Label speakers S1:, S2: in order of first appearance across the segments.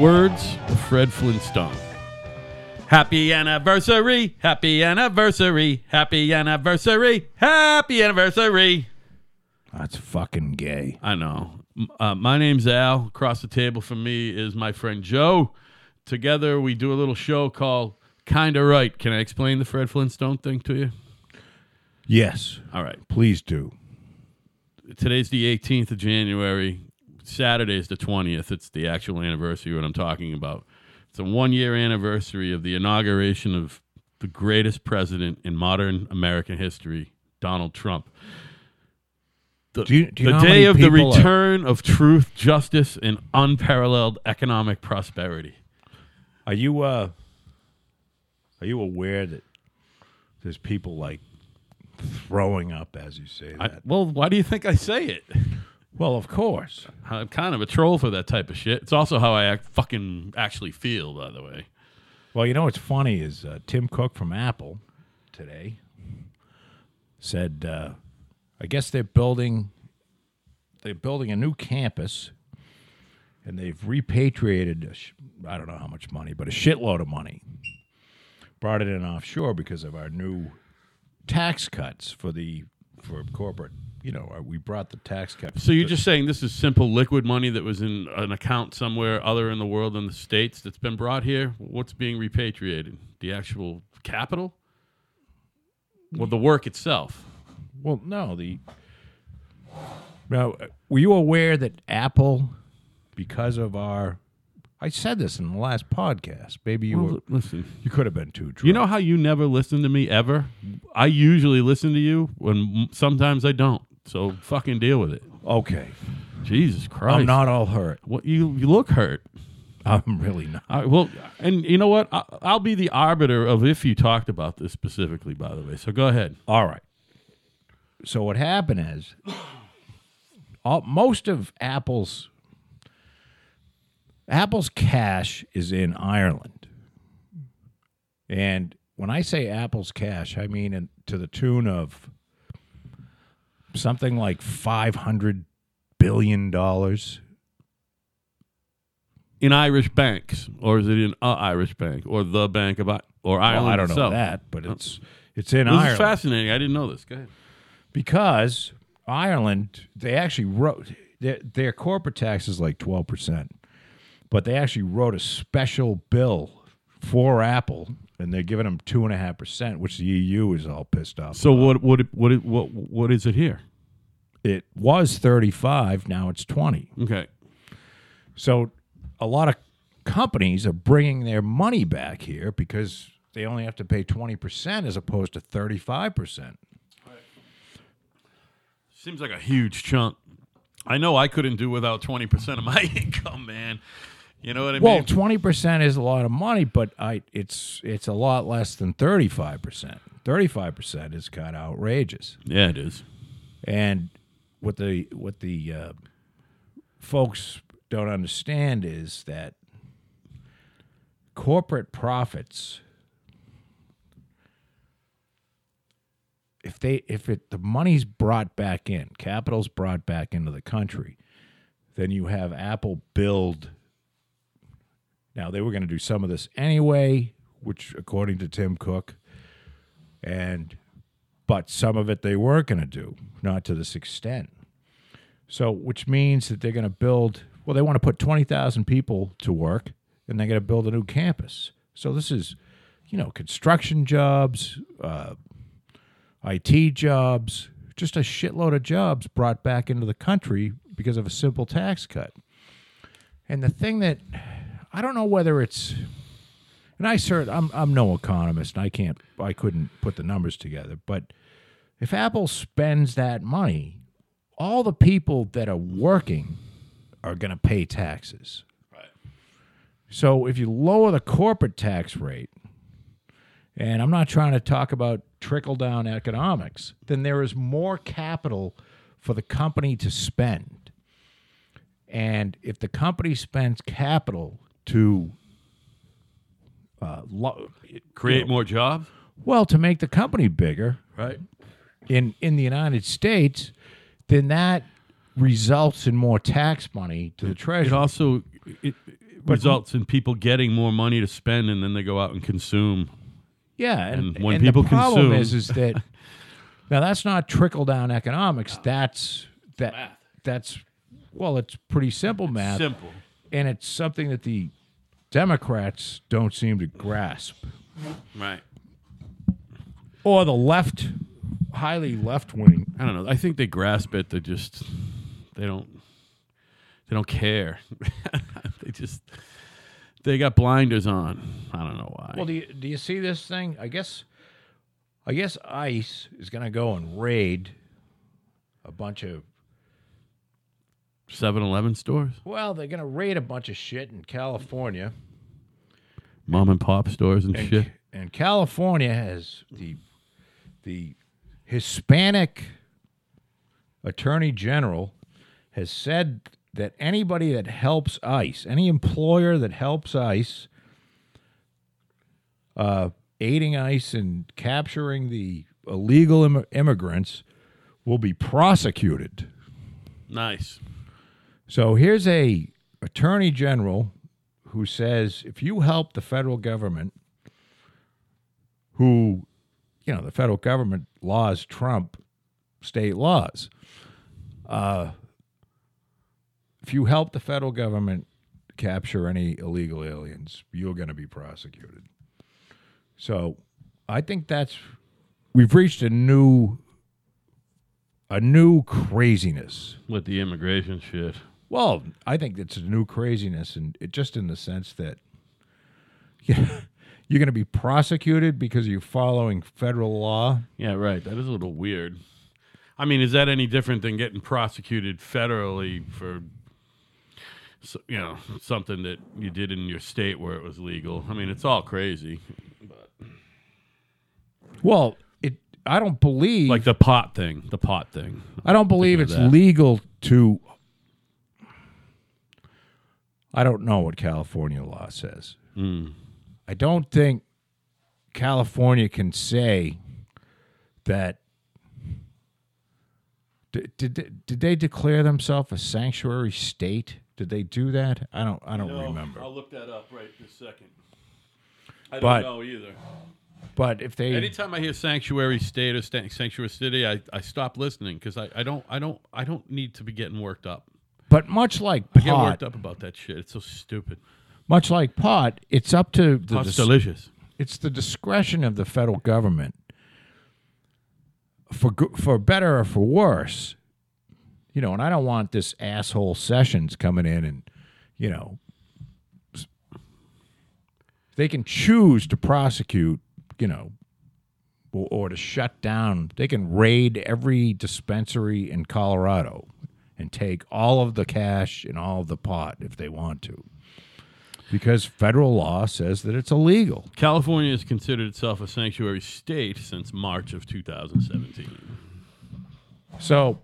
S1: words of Fred Flintstone. Happy anniversary, happy anniversary, happy anniversary, happy anniversary.
S2: That's fucking gay.
S1: I know. M- Uh, my name's Al. Across the table from me is my friend Joe. Together we do a little show called Kinda Right. Can I explain the Fred Flintstone thing to you?
S2: Yes,
S1: All right.
S2: please do.
S1: today's the 18th of January. Saturday's the 20th. It's the actual anniversary what I'm talking about. It's a one-year anniversary of the inauguration of the greatest president in modern American history, Donald Trump. The,
S2: Do you- do you
S1: the
S2: know how
S1: day
S2: many
S1: of the
S2: people are-
S1: return of truth, justice, and unparalleled economic prosperity.
S2: Are you uh are you aware that there's people like throwing up as you say
S1: I,
S2: that?
S1: well, why do you think I say it?
S2: well, of course.
S1: I'm kind of a troll for that type of shit. It's also how I act, fucking actually feel, by the way.
S2: Well, you know what's funny is uh, Tim Cook from Apple today said, uh, I guess they're building they're building a new campus, and they've repatriated a sh- I don't know how much money, but a shitload of money. Brought it in offshore because of our new tax cuts for the for corporate. You know, uh, we brought the tax cuts.
S1: So you're just saying this is simple liquid money that was in an account somewhere other in the world than the states that's been brought here? What's being repatriated? The actual capital? Well, the work itself.
S2: Well, no, the now uh, were you aware that Apple, because of our, I said this in the last podcast. Maybe you were,
S1: listen.
S2: you could have been too drunk.
S1: You know how you never listen to me ever? I usually listen to you when sometimes I don't. So fucking deal with it.
S2: okay,
S1: Jesus Christ.
S2: I'm not all hurt.
S1: What you you look hurt.
S2: I'm really not.
S1: I, well, and you know what? I, I'll be the arbiter of if you talked about this specifically. By the way, so go ahead.
S2: All right. So what happened is, all, most of Apple's Apple's cash is in Ireland, and when I say Apple's cash, I mean in, to the tune of something like five hundred billion dollars.
S1: in Irish banks, or is it in a Irish bank, or the Bank of I- or Ireland?
S2: Well, I don't know
S1: itself?
S2: that, but it's it's in
S1: This
S2: Ireland.
S1: is fascinating. I didn't know this. Go ahead.
S2: because Ireland they actually wrote their, their corporate tax is like 12%, but they actually wrote a special bill for Apple and they're giving them 2.5%, which the EU is all pissed off.
S1: So what what what it- what what is it here?
S2: it was 35, now it's 20.
S1: Okay,
S2: So a lot of companies are bringing their money back here because they only have to pay 20% as opposed to 35%.
S1: seems like a huge chunk. I know I couldn't do without twenty percent of my income, man. You know what I
S2: Well,
S1: mean?
S2: twenty percent is a lot of money, but I it's it's a lot less than thirty five percent. Thirty five percent is kind of outrageous.
S1: Yeah, it is.
S2: And what the what the uh, folks don't understand is that corporate profits, if they if it the money's brought back in, capital's brought back into the country, then you have Apple build. Now they were going to do some of this anyway, which according to Tim Cook, and but some of it they were going to do, not to this extent. So, which means that they're going to build, well, they want to put 20,000 people to work and they're going to build a new campus. So, this is, you know, construction jobs, uh, IT jobs, just a shitload of jobs brought back into the country because of a simple tax cut. And the thing that I don't know whether it's, and I cert, I'm I'm no economist, and I can't, I couldn't put the numbers together. But if Apple spends that money, all the people that are working are going to pay taxes.
S1: Right.
S2: So if you lower the corporate tax rate, and I'm not trying to talk about trickle down economics, then there is more capital for the company to spend. And if the company spends capital to uh, lo-
S1: Create more jobs.
S2: well to make the company bigger,
S1: Right.
S2: in in the United States, then that results in more tax money to the
S1: It
S2: treasury.
S1: also it, it
S2: But-
S1: results in people getting more money to spend, and then they go out and consume.
S2: Yeah, and,
S1: And when
S2: and
S1: people
S2: the problem
S1: consume-
S2: is, is that now that's not trickle down economics. That's that that's well, it's pretty simple math,
S1: Simple.
S2: and it's something that the Democrats don't seem to grasp,
S1: Right.
S2: or the left, highly left wing.
S1: I don't know. I think they grasp it. They just they don't they don't care. they just they got blinders on. I don't know why.
S2: Well, do you, do you see this thing? I guess, I guess ICE is going to go and raid a bunch of
S1: 7-Eleven stores,
S2: well, they're going to raid a bunch of shit in California.
S1: mom and pop stores and,
S2: and,
S1: shit.
S2: and California has the the Hispanic Attorney General has said that anybody that helps ICE, any employer that helps ICE, uh, aiding ICE in capturing the illegal Im- immigrants, will be prosecuted.
S1: Nice.
S2: So here's a attorney general who says if you help the federal government who you know the federal government laws trump state laws uh, if you help the federal government capture any illegal aliens you're going to be prosecuted so i think that's we've reached a new a new craziness
S1: With the immigration shit.
S2: well, I think it's a new craziness, and it just in the sense that you're going to be prosecuted because you're following federal law.
S1: Yeah, right. That is a little weird. I mean, is that any different than getting prosecuted federally for so- you know, something that you did in your state where it was legal? I mean, it's all crazy.
S2: Well, it. I don't believe.
S1: Like the pot thing, the pot thing.
S2: I don't believe
S1: Thinking
S2: it's
S1: of that.
S2: legal to. I don't know what California law says.
S1: Mm.
S2: I don't think California can say that. Did, did, did they declare themselves a sanctuary state? Did they do that? I don't. I don't remember.
S1: I'll look that up right this second. I don't
S2: But-
S1: know either.
S2: but if they,
S1: Anytime I hear sanctuary state or sta- sanctuary city, I, I stop listening because I, I don't I don't I don't need to be getting worked up.
S2: but much like
S1: I get
S2: pot,
S1: worked up about that shit. It's so stupid.
S2: much like pot, it's up to the
S1: Pot's
S2: dis-
S1: delicious.
S2: it's the discretion of the federal government for go- for better or for worse you know and i don't want this asshole sessions coming in and you know s- they can choose to prosecute you know or, or to shut down they can raid every dispensary in colorado and take all of the cash and all of the pot if they want to because federal law says that it's illegal
S1: California has considered itself a sanctuary state since March of 2017.
S2: So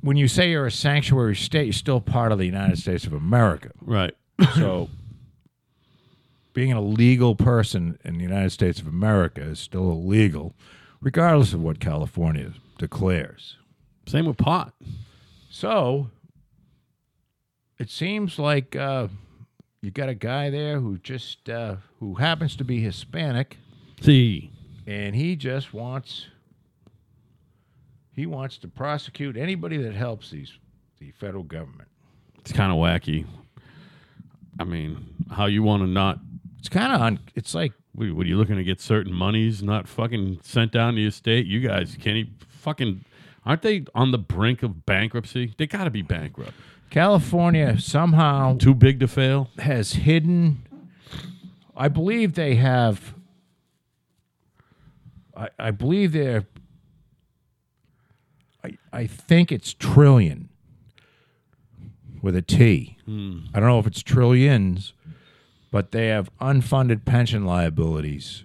S2: when you say you're a sanctuary state, you're still part of the United States of America.
S1: Right.
S2: So being a legal person in the United States of America is still illegal, regardless of what California declares.
S1: Same with pot.
S2: So it seems like uh, you got a guy there who just uh, who happens to be Hispanic.
S1: See.
S2: and he just wants he wants to prosecute anybody that helps these the federal government.
S1: It's kind of wacky. I mean, how you want to not
S2: It's kind of un, it's like
S1: What, what are you looking to get certain monies not fucking sent down to your state? You guys can't even fucking aren't they on the brink of bankruptcy? They got to be bankrupt.
S2: California somehow
S1: Too big to fail.
S2: has hidden I believe they have I, I believe they're I, I think it's trillion with a T. I don't know if it's trillions, but they have unfunded pension liabilities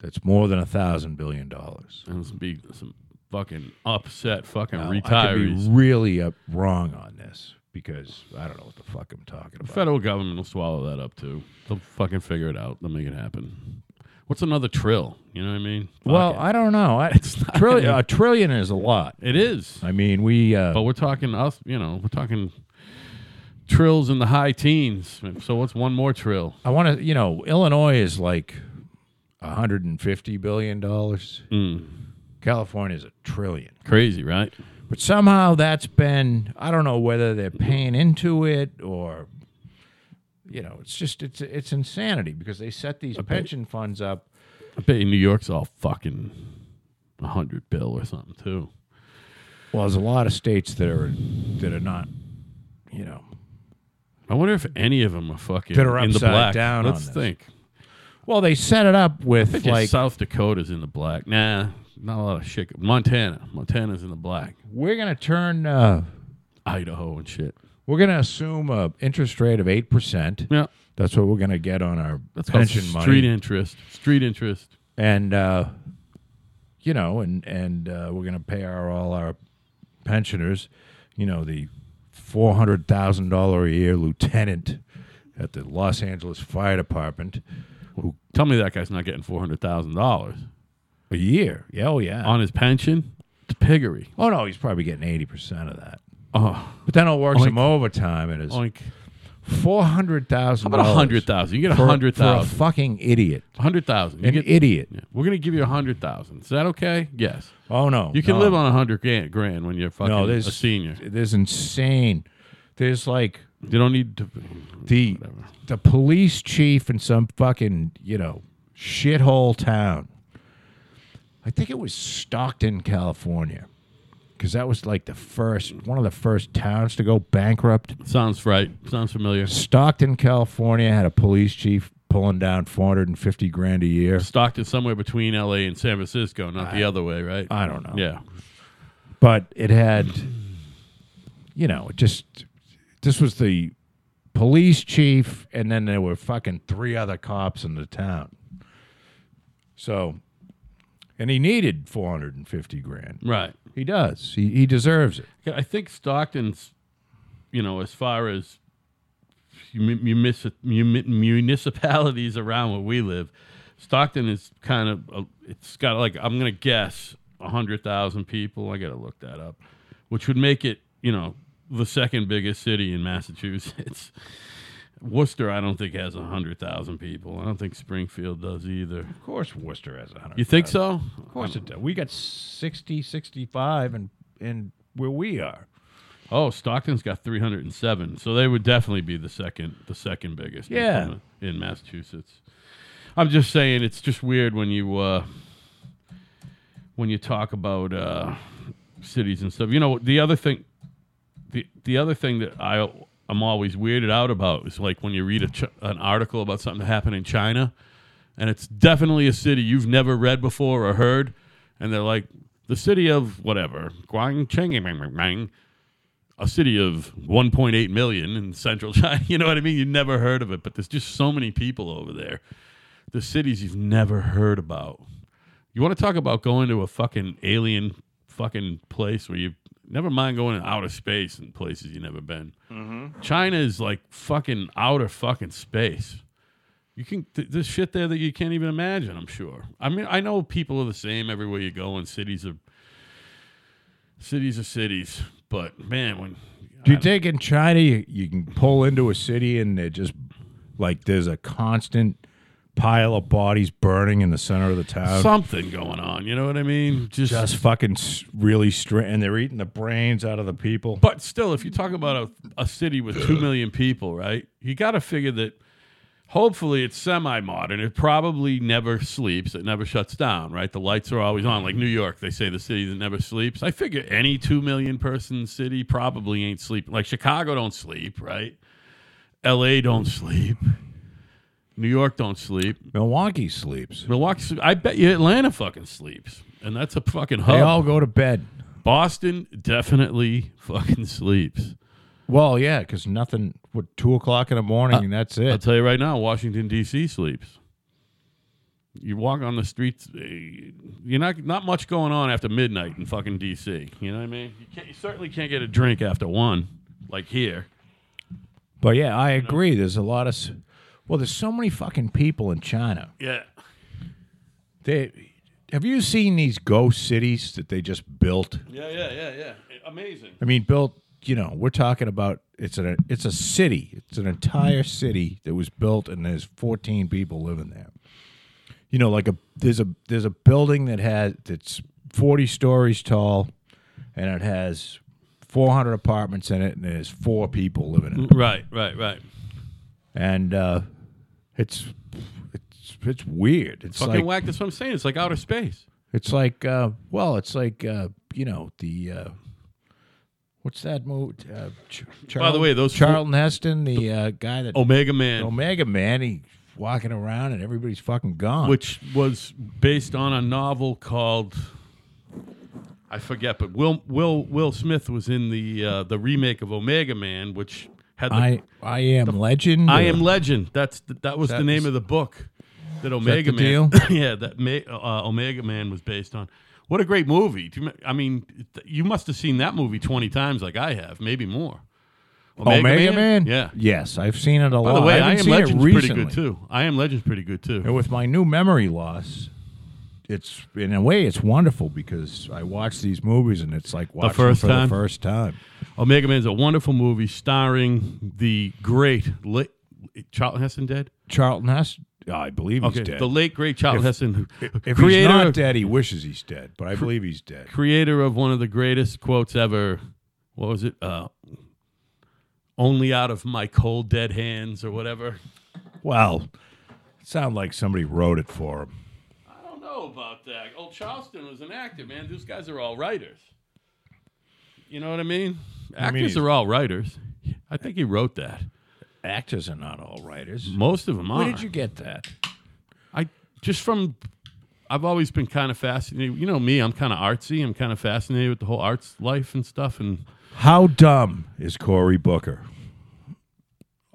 S2: that's more than a thousand billion dollars.
S1: And this be some fucking upset fucking
S2: Now, I could
S1: retirees.
S2: be really up wrong on this because I don't know what the fuck I'm talking about.
S1: Federal government will swallow that up too. They'll fucking figure it out. They'll make it happen. What's another trill? You know what I mean? Fuck
S2: Well, I don't know. I, it's
S1: not-
S2: trillion, a trillion is a lot.
S1: it is.
S2: I mean, we uh,
S1: But we're talking us. You know, we're talking trills in the high teens. So what's one more trill?
S2: I want to, you know, Illinois is like 150 billion dollars. California is a trillion.
S1: Crazy, right?
S2: But somehow that's been I don't know whether they're paying into it or you know, it's just it's it's insanity because they set these pension funds up.
S1: I bet you New York's all fucking a hundred bill or something too.
S2: Well, there's a lot of states that are that are not, you know,
S1: I wonder if any of them are fucking
S2: That are
S1: in the
S2: upside
S1: black.
S2: down on
S1: Let's
S2: this.
S1: think.
S2: well, they set it up with
S1: Yeah,
S2: like
S1: South Dakota's in the black. Nah, not a lot of shit. Montana, Montana's in the black.
S2: we're going to turn uh
S1: Idaho and shit.
S2: we're going to assume a interest rate of 8%.
S1: Yeah,
S2: That's what we're going to get on our
S1: that's called
S2: pension
S1: street
S2: money.
S1: interest. Street interest.
S2: and uh, you know, and and uh, we're gonna pay our all our pensioners, you know, the four hundred thousand dollar a year lieutenant at the Los Angeles Fire Department
S1: Tell me that guy's not getting four hundred thousand dollars
S2: a year. Yeah, oh yeah.
S1: on his pension. It's piggery.
S2: oh no, he's probably getting eighty percent of that.
S1: Oh,
S2: But then I'll work
S1: Oink.
S2: some overtime, and it's
S1: like
S2: four hundred thousand.
S1: how about a hundred thousand? You get a hundred
S2: for a
S1: thousand.
S2: fucking idiot,
S1: Hundred thousand. You
S2: an
S1: get.
S2: idiot.
S1: yeah. We're gonna give you a hundred thousand. Is that okay? Yes.
S2: Oh no,
S1: You can
S2: no.
S1: live on a hundred grand, grand when you're fucking
S2: no.
S1: a
S2: There's
S1: senior.
S2: There's insane. There's like
S1: You don't need to.
S2: the the police chief in some fucking you know shithole town. I think it was Stockton, California, because that was like the first one of the first towns to go bankrupt.
S1: Sounds right. Sounds familiar.
S2: Stockton, California had a police chief pulling down four hundred and fifty grand a year.
S1: Stockton somewhere between L.A. and San Francisco, not the other way, right?
S2: I don't know,
S1: yeah.
S2: but it had, you know, it just this was the police chief, and then there were fucking three other cops in the town. So, and he needed four hundred and fifty grand.
S1: Right.
S2: He does. He he deserves it.
S1: I think Stockton's, you know, as far as mu- munis- muni- municipalities around where we live, Stockton is kind of a, it's got like I'm gonna guess hundred thousand people. I gotta look that up, which would make it you know the second biggest city in Massachusetts. Worcester, I don't think has hundred thousand people. I don't think Springfield does either.
S2: Of course, Worcester has a hundred.
S1: You think so?
S2: Of course it does. We got 60, 65 and and where we are.
S1: Oh, Stockton's got 307, so they would definitely be the second, the second biggest. in-
S2: Yeah.
S1: in Massachusetts. I'm just saying, it's just weird when you uh, when you talk about uh, cities and stuff. You know, the other thing, the the other thing that I I'm always weirded out about is like when you read a ch- an article about something that happened in China, and it's definitely a city you've never read before or heard, and they're like the city of whatever Guangcheng, a city of 1.8 million in central China. You know what I mean? You never heard of it, but there's just so many people over there. The cities you've never heard about. You want to talk about going to a fucking alien fucking place where you never mind going to outer space and places you never been. China is like fucking outer fucking space. You can th- there's shit there that you can't even imagine. I'm sure. I mean, I know people are the same everywhere you go, and cities are cities are cities. But man, when
S2: Do you think in China you, you can pull into a city and they just like there's a constant pile of bodies burning in the center of the town?
S1: something going on. You know what I mean? Just,
S2: just fucking s- really straight, and they're eating the brains out of the people.
S1: but still, if you talk about a, a city with two million people, right? You got to figure that. Hopefully, it's semi-modern. It probably never sleeps. It never shuts down, right? The lights are always on. Like New York, they say the city that never sleeps. I figure any two million person city probably ain't sleeping. Like Chicago don't sleep, right? L.A. don't sleep. New York don't sleep.
S2: Milwaukee sleeps.
S1: Milwaukee. I bet you Atlanta fucking sleeps, and that's a fucking hub.
S2: They all go to bed.
S1: Boston definitely fucking sleeps.
S2: Well, yeah, because nothing. What two o'clock in the morning? that's
S1: I'll
S2: it.
S1: tell you right now, Washington D.C. sleeps. You walk on the streets, eh, you're not not much going on after midnight in fucking D.C. You know what I mean? You, can't, you certainly can't get a drink after one, like here.
S2: But yeah, I agree. There's a lot of. s- Well, there's so many fucking people in China.
S1: Yeah,
S2: They have you seen these ghost cities that they just built?
S1: yeah, yeah, yeah, yeah. Amazing.
S2: I mean, built. You know, we're talking about it's a it's a city. It's an entire city that was built, and there's 14 people living there. You know, like a there's a there's a building that has that's 40 stories tall, and it has 400 apartments in it, and there's four people living in it,
S1: Right, right, right.
S2: and uh, it's it's it's weird. It's
S1: Fucking
S2: like
S1: whack. That's what I'm saying. It's like outer space.
S2: it's like uh, well, it's like uh, you know the. Uh, What's that movie? Uh, Ch-
S1: By the way, those four-
S2: Charlton Heston, the, uh, guy that
S1: Omega Man,
S2: Omega Man, he's walking around and everybody's fucking gone.
S1: which was based on a novel called I forget, but Will Will Will Smith was in the uh, the remake of Omega Man, which had the,
S2: I I am legend.
S1: I
S2: or-
S1: Am Legend. That's th- that was
S2: That
S1: the name
S2: was-
S1: of the book that Omega
S2: the
S1: Man. yeah, that Ma- uh, Omega Man was based on. What a great movie! Do you, me- I mean, th- you must have seen that movie twenty times, like I have, maybe more.
S2: Omega, Man.
S1: Yeah.
S2: Yes, I've seen it a
S1: By
S2: lot.
S1: the way,
S2: I,
S1: I,
S2: haven't
S1: Am
S2: seen it
S1: Legend's pretty good
S2: recently.
S1: too. I Am Legend's pretty good too.
S2: And with my new memory loss, it's in a way it's wonderful because I watch these movies and it's like watching
S1: first
S2: for
S1: time?
S2: the first time.
S1: Omega Man's a wonderful movie starring the great late Charlton Heston dead.
S2: Charlton Heston, oh, I believe he's
S1: Okay,
S2: dead.
S1: the late great Charlton Heston, who-
S2: if
S1: creator
S2: he's not
S1: of-
S2: dead, he wishes he's dead, but I believe he's dead.
S1: creator of one of the greatest quotes ever. What was it? Uh, Only out of my cold dead hands or whatever.
S2: Well, sound like somebody wrote it for him.
S1: I don't know about that. Old Charleston was an actor, man. These guys are all writers. You know what I mean? Actors
S2: he's-
S1: are all writers. I think he wrote that.
S2: Actors are not all writers.
S1: Most of them are.
S2: Where did you get that?
S1: I just from I've always been kind of fascinated. You know me, I'm kind of artsy. I'm kind of fascinated with the whole arts life and stuff. And
S2: How dumb is Cory Booker?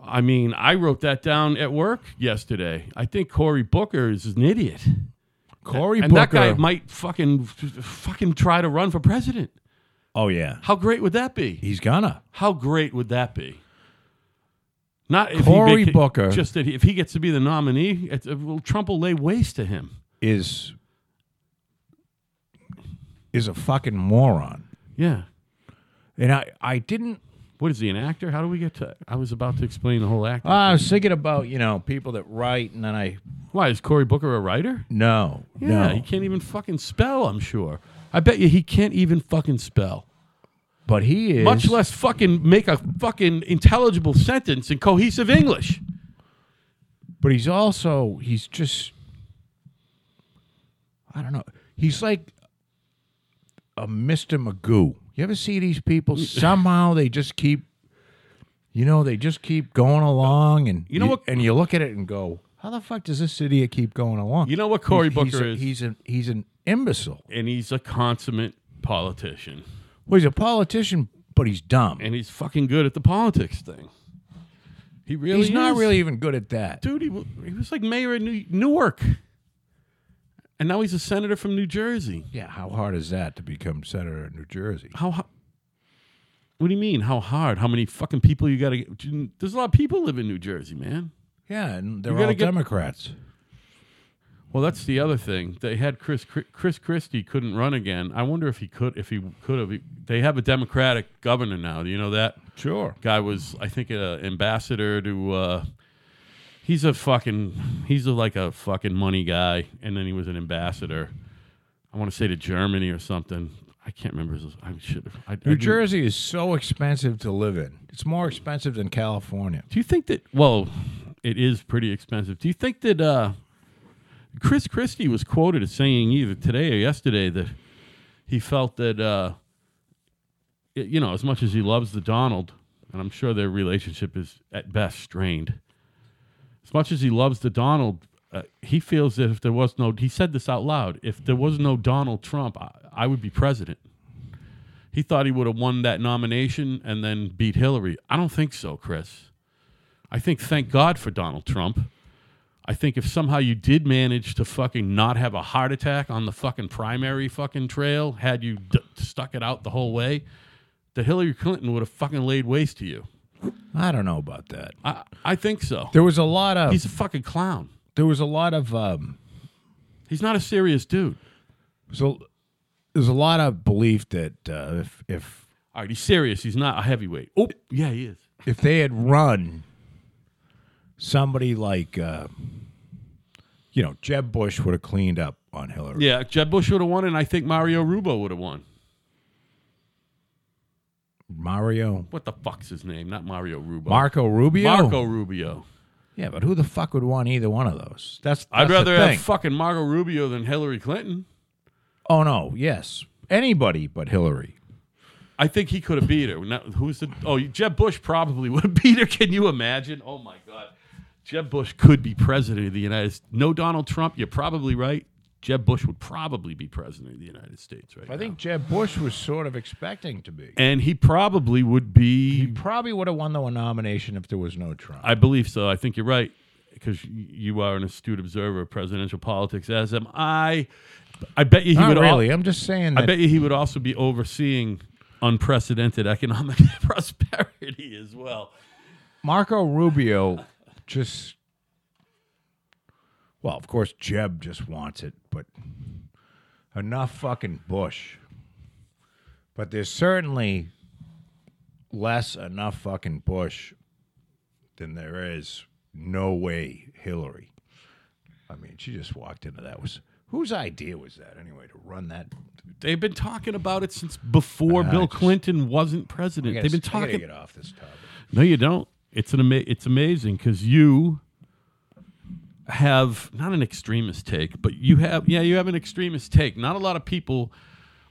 S1: I mean, I wrote that down at work yesterday. I think Cory Booker is an idiot,
S2: Cory
S1: and that guy might fucking fucking try to run for president.
S2: oh yeah,
S1: How great would that be?
S2: he's gonna.
S1: How great would that be? Not if
S2: Cory
S1: he beca-
S2: Booker.
S1: Just that he, if he gets to be the nominee, it's, well, Trump will lay waste to him.
S2: Is is a fucking moron.
S1: Yeah.
S2: And I I didn't.
S1: What is he an actor? How do we get to? I was about to explain the whole actor.
S2: I was thinking about you know people that write, and then I
S1: Why is Cory Booker a writer?
S2: no
S1: Yeah, he
S2: no.
S1: can't even fucking spell. I'm sure. I bet you he can't even fucking spell.
S2: But he is
S1: Much less fucking make a fucking intelligible sentence in cohesive English.
S2: But he's also he's just I don't know. He's like a Mr. Magoo. You ever see these people? Somehow they just keep, you know, they just keep going along, and
S1: You know what-
S2: And you look at it and go, "How the fuck does this idiot keep going along?"
S1: You know what Cory
S2: He's- he's
S1: Booker
S2: a-
S1: is?
S2: He's an he's an imbecile.
S1: And he's a consummate politician.
S2: Well, he's a politician, but he's dumb.
S1: And he's fucking good at the politics thing. He really
S2: he's not
S1: is.
S2: really even good at that.
S1: Dude, he, wa- he was like mayor of New- Newark. And now he's a senator from New Jersey.
S2: Yeah, how hard is that to become senator of New Jersey?
S1: How ho- What do you mean? How hard? How many fucking people you got to get? There's a lot of people live in New Jersey, man.
S2: Yeah, and they're
S1: gotta
S2: all
S1: get-
S2: Democrats.
S1: Well, that's the other thing. They had Chris Chris Christie couldn't run again. I wonder if he could if he could have. They have a Democratic governor now. Do you know that
S2: Sure.
S1: guy was I think an ambassador to. Uh, he's a fucking he's a, like a fucking money guy, and then he was an ambassador. I want to say to Germany or something. I can't remember. His, I should. have- I, I
S2: New
S1: didn't-
S2: Jersey is so expensive to live in. It's more expensive than California.
S1: Do you think that? Well, it is pretty expensive. Do you think that uh, Chris Christie was quoted as saying either today or yesterday that he felt that uh, y- you know, as much as he loves the Donald, and I'm sure their relationship is at best strained. As much as he loves the Donald, uh, he feels that if there was no, he said this out loud. If there was no Donald Trump, I, I would be president. He thought he would have won that nomination and then beat Hillary. I don't think so, Chris. I think thank God for Donald Trump. I think if somehow you did manage to fucking not have a heart attack on the fucking primary fucking trail, had you d- stuck it out the whole way, that Hillary Clinton would have fucking laid waste to you.
S2: I don't know about that.
S1: I, I think so.
S2: There was a lot of
S1: He's a fucking clown.
S2: there was a lot of um,
S1: He's not a serious dude.
S2: so there's a lot of belief that uh, if if
S1: All right, he's serious. He's not a heavyweight. Oh, yeah, he is.
S2: if they had run somebody like, uh, you know, Jeb Bush would have cleaned up on Hillary.
S1: Yeah, Jeb Bush would have won, and I think Mario Rubio would have won.
S2: Mario,
S1: What the fuck's his name? Not Mario Rubio.
S2: Marco Rubio,
S1: Marco Rubio.
S2: Yeah, but who the fuck would want either one of those? That's,
S1: I'd
S2: that's the
S1: rather
S2: thing.
S1: have fucking Marco Rubio than Hillary Clinton.
S2: oh no, yes, anybody but Hillary.
S1: I think he could have beat her. Now, who's the? Oh, Jeb Bush probably would have beat her. Can you imagine? Oh my God, Jeb Bush could be president of the United. States. No Donald Trump. You're probably right. Jeb Bush would probably be president of the United States right
S2: I
S1: now.
S2: think Jeb Bush was sort of expecting to be.
S1: and he probably would
S2: He
S1: be.
S2: probably would have won the nomination if there was no Trump.
S1: I believe so. I think you're right because you are an astute observer of presidential politics, as am I. I bet you he
S2: Not
S1: would. al-
S2: really. I'm just saying
S1: I
S2: that
S1: bet you he would also be overseeing unprecedented economic prosperity as well.
S2: Marco Rubio just. Well, of course, Jeb just wants it, but enough fucking Bush. But there's certainly less enough fucking Bush than there is no way Hillary. I mean, she just walked into that. Was whose idea was that anyway to run that?
S1: They've been talking about it since before Bill
S2: it's-
S1: Clinton wasn't president. They've been
S2: I gotta
S1: talking.
S2: get off this topic.
S1: No, you don't. It's an ama- it's amazing because you have not an extremist take, but you have yeah you have an extremist take. Not a lot of people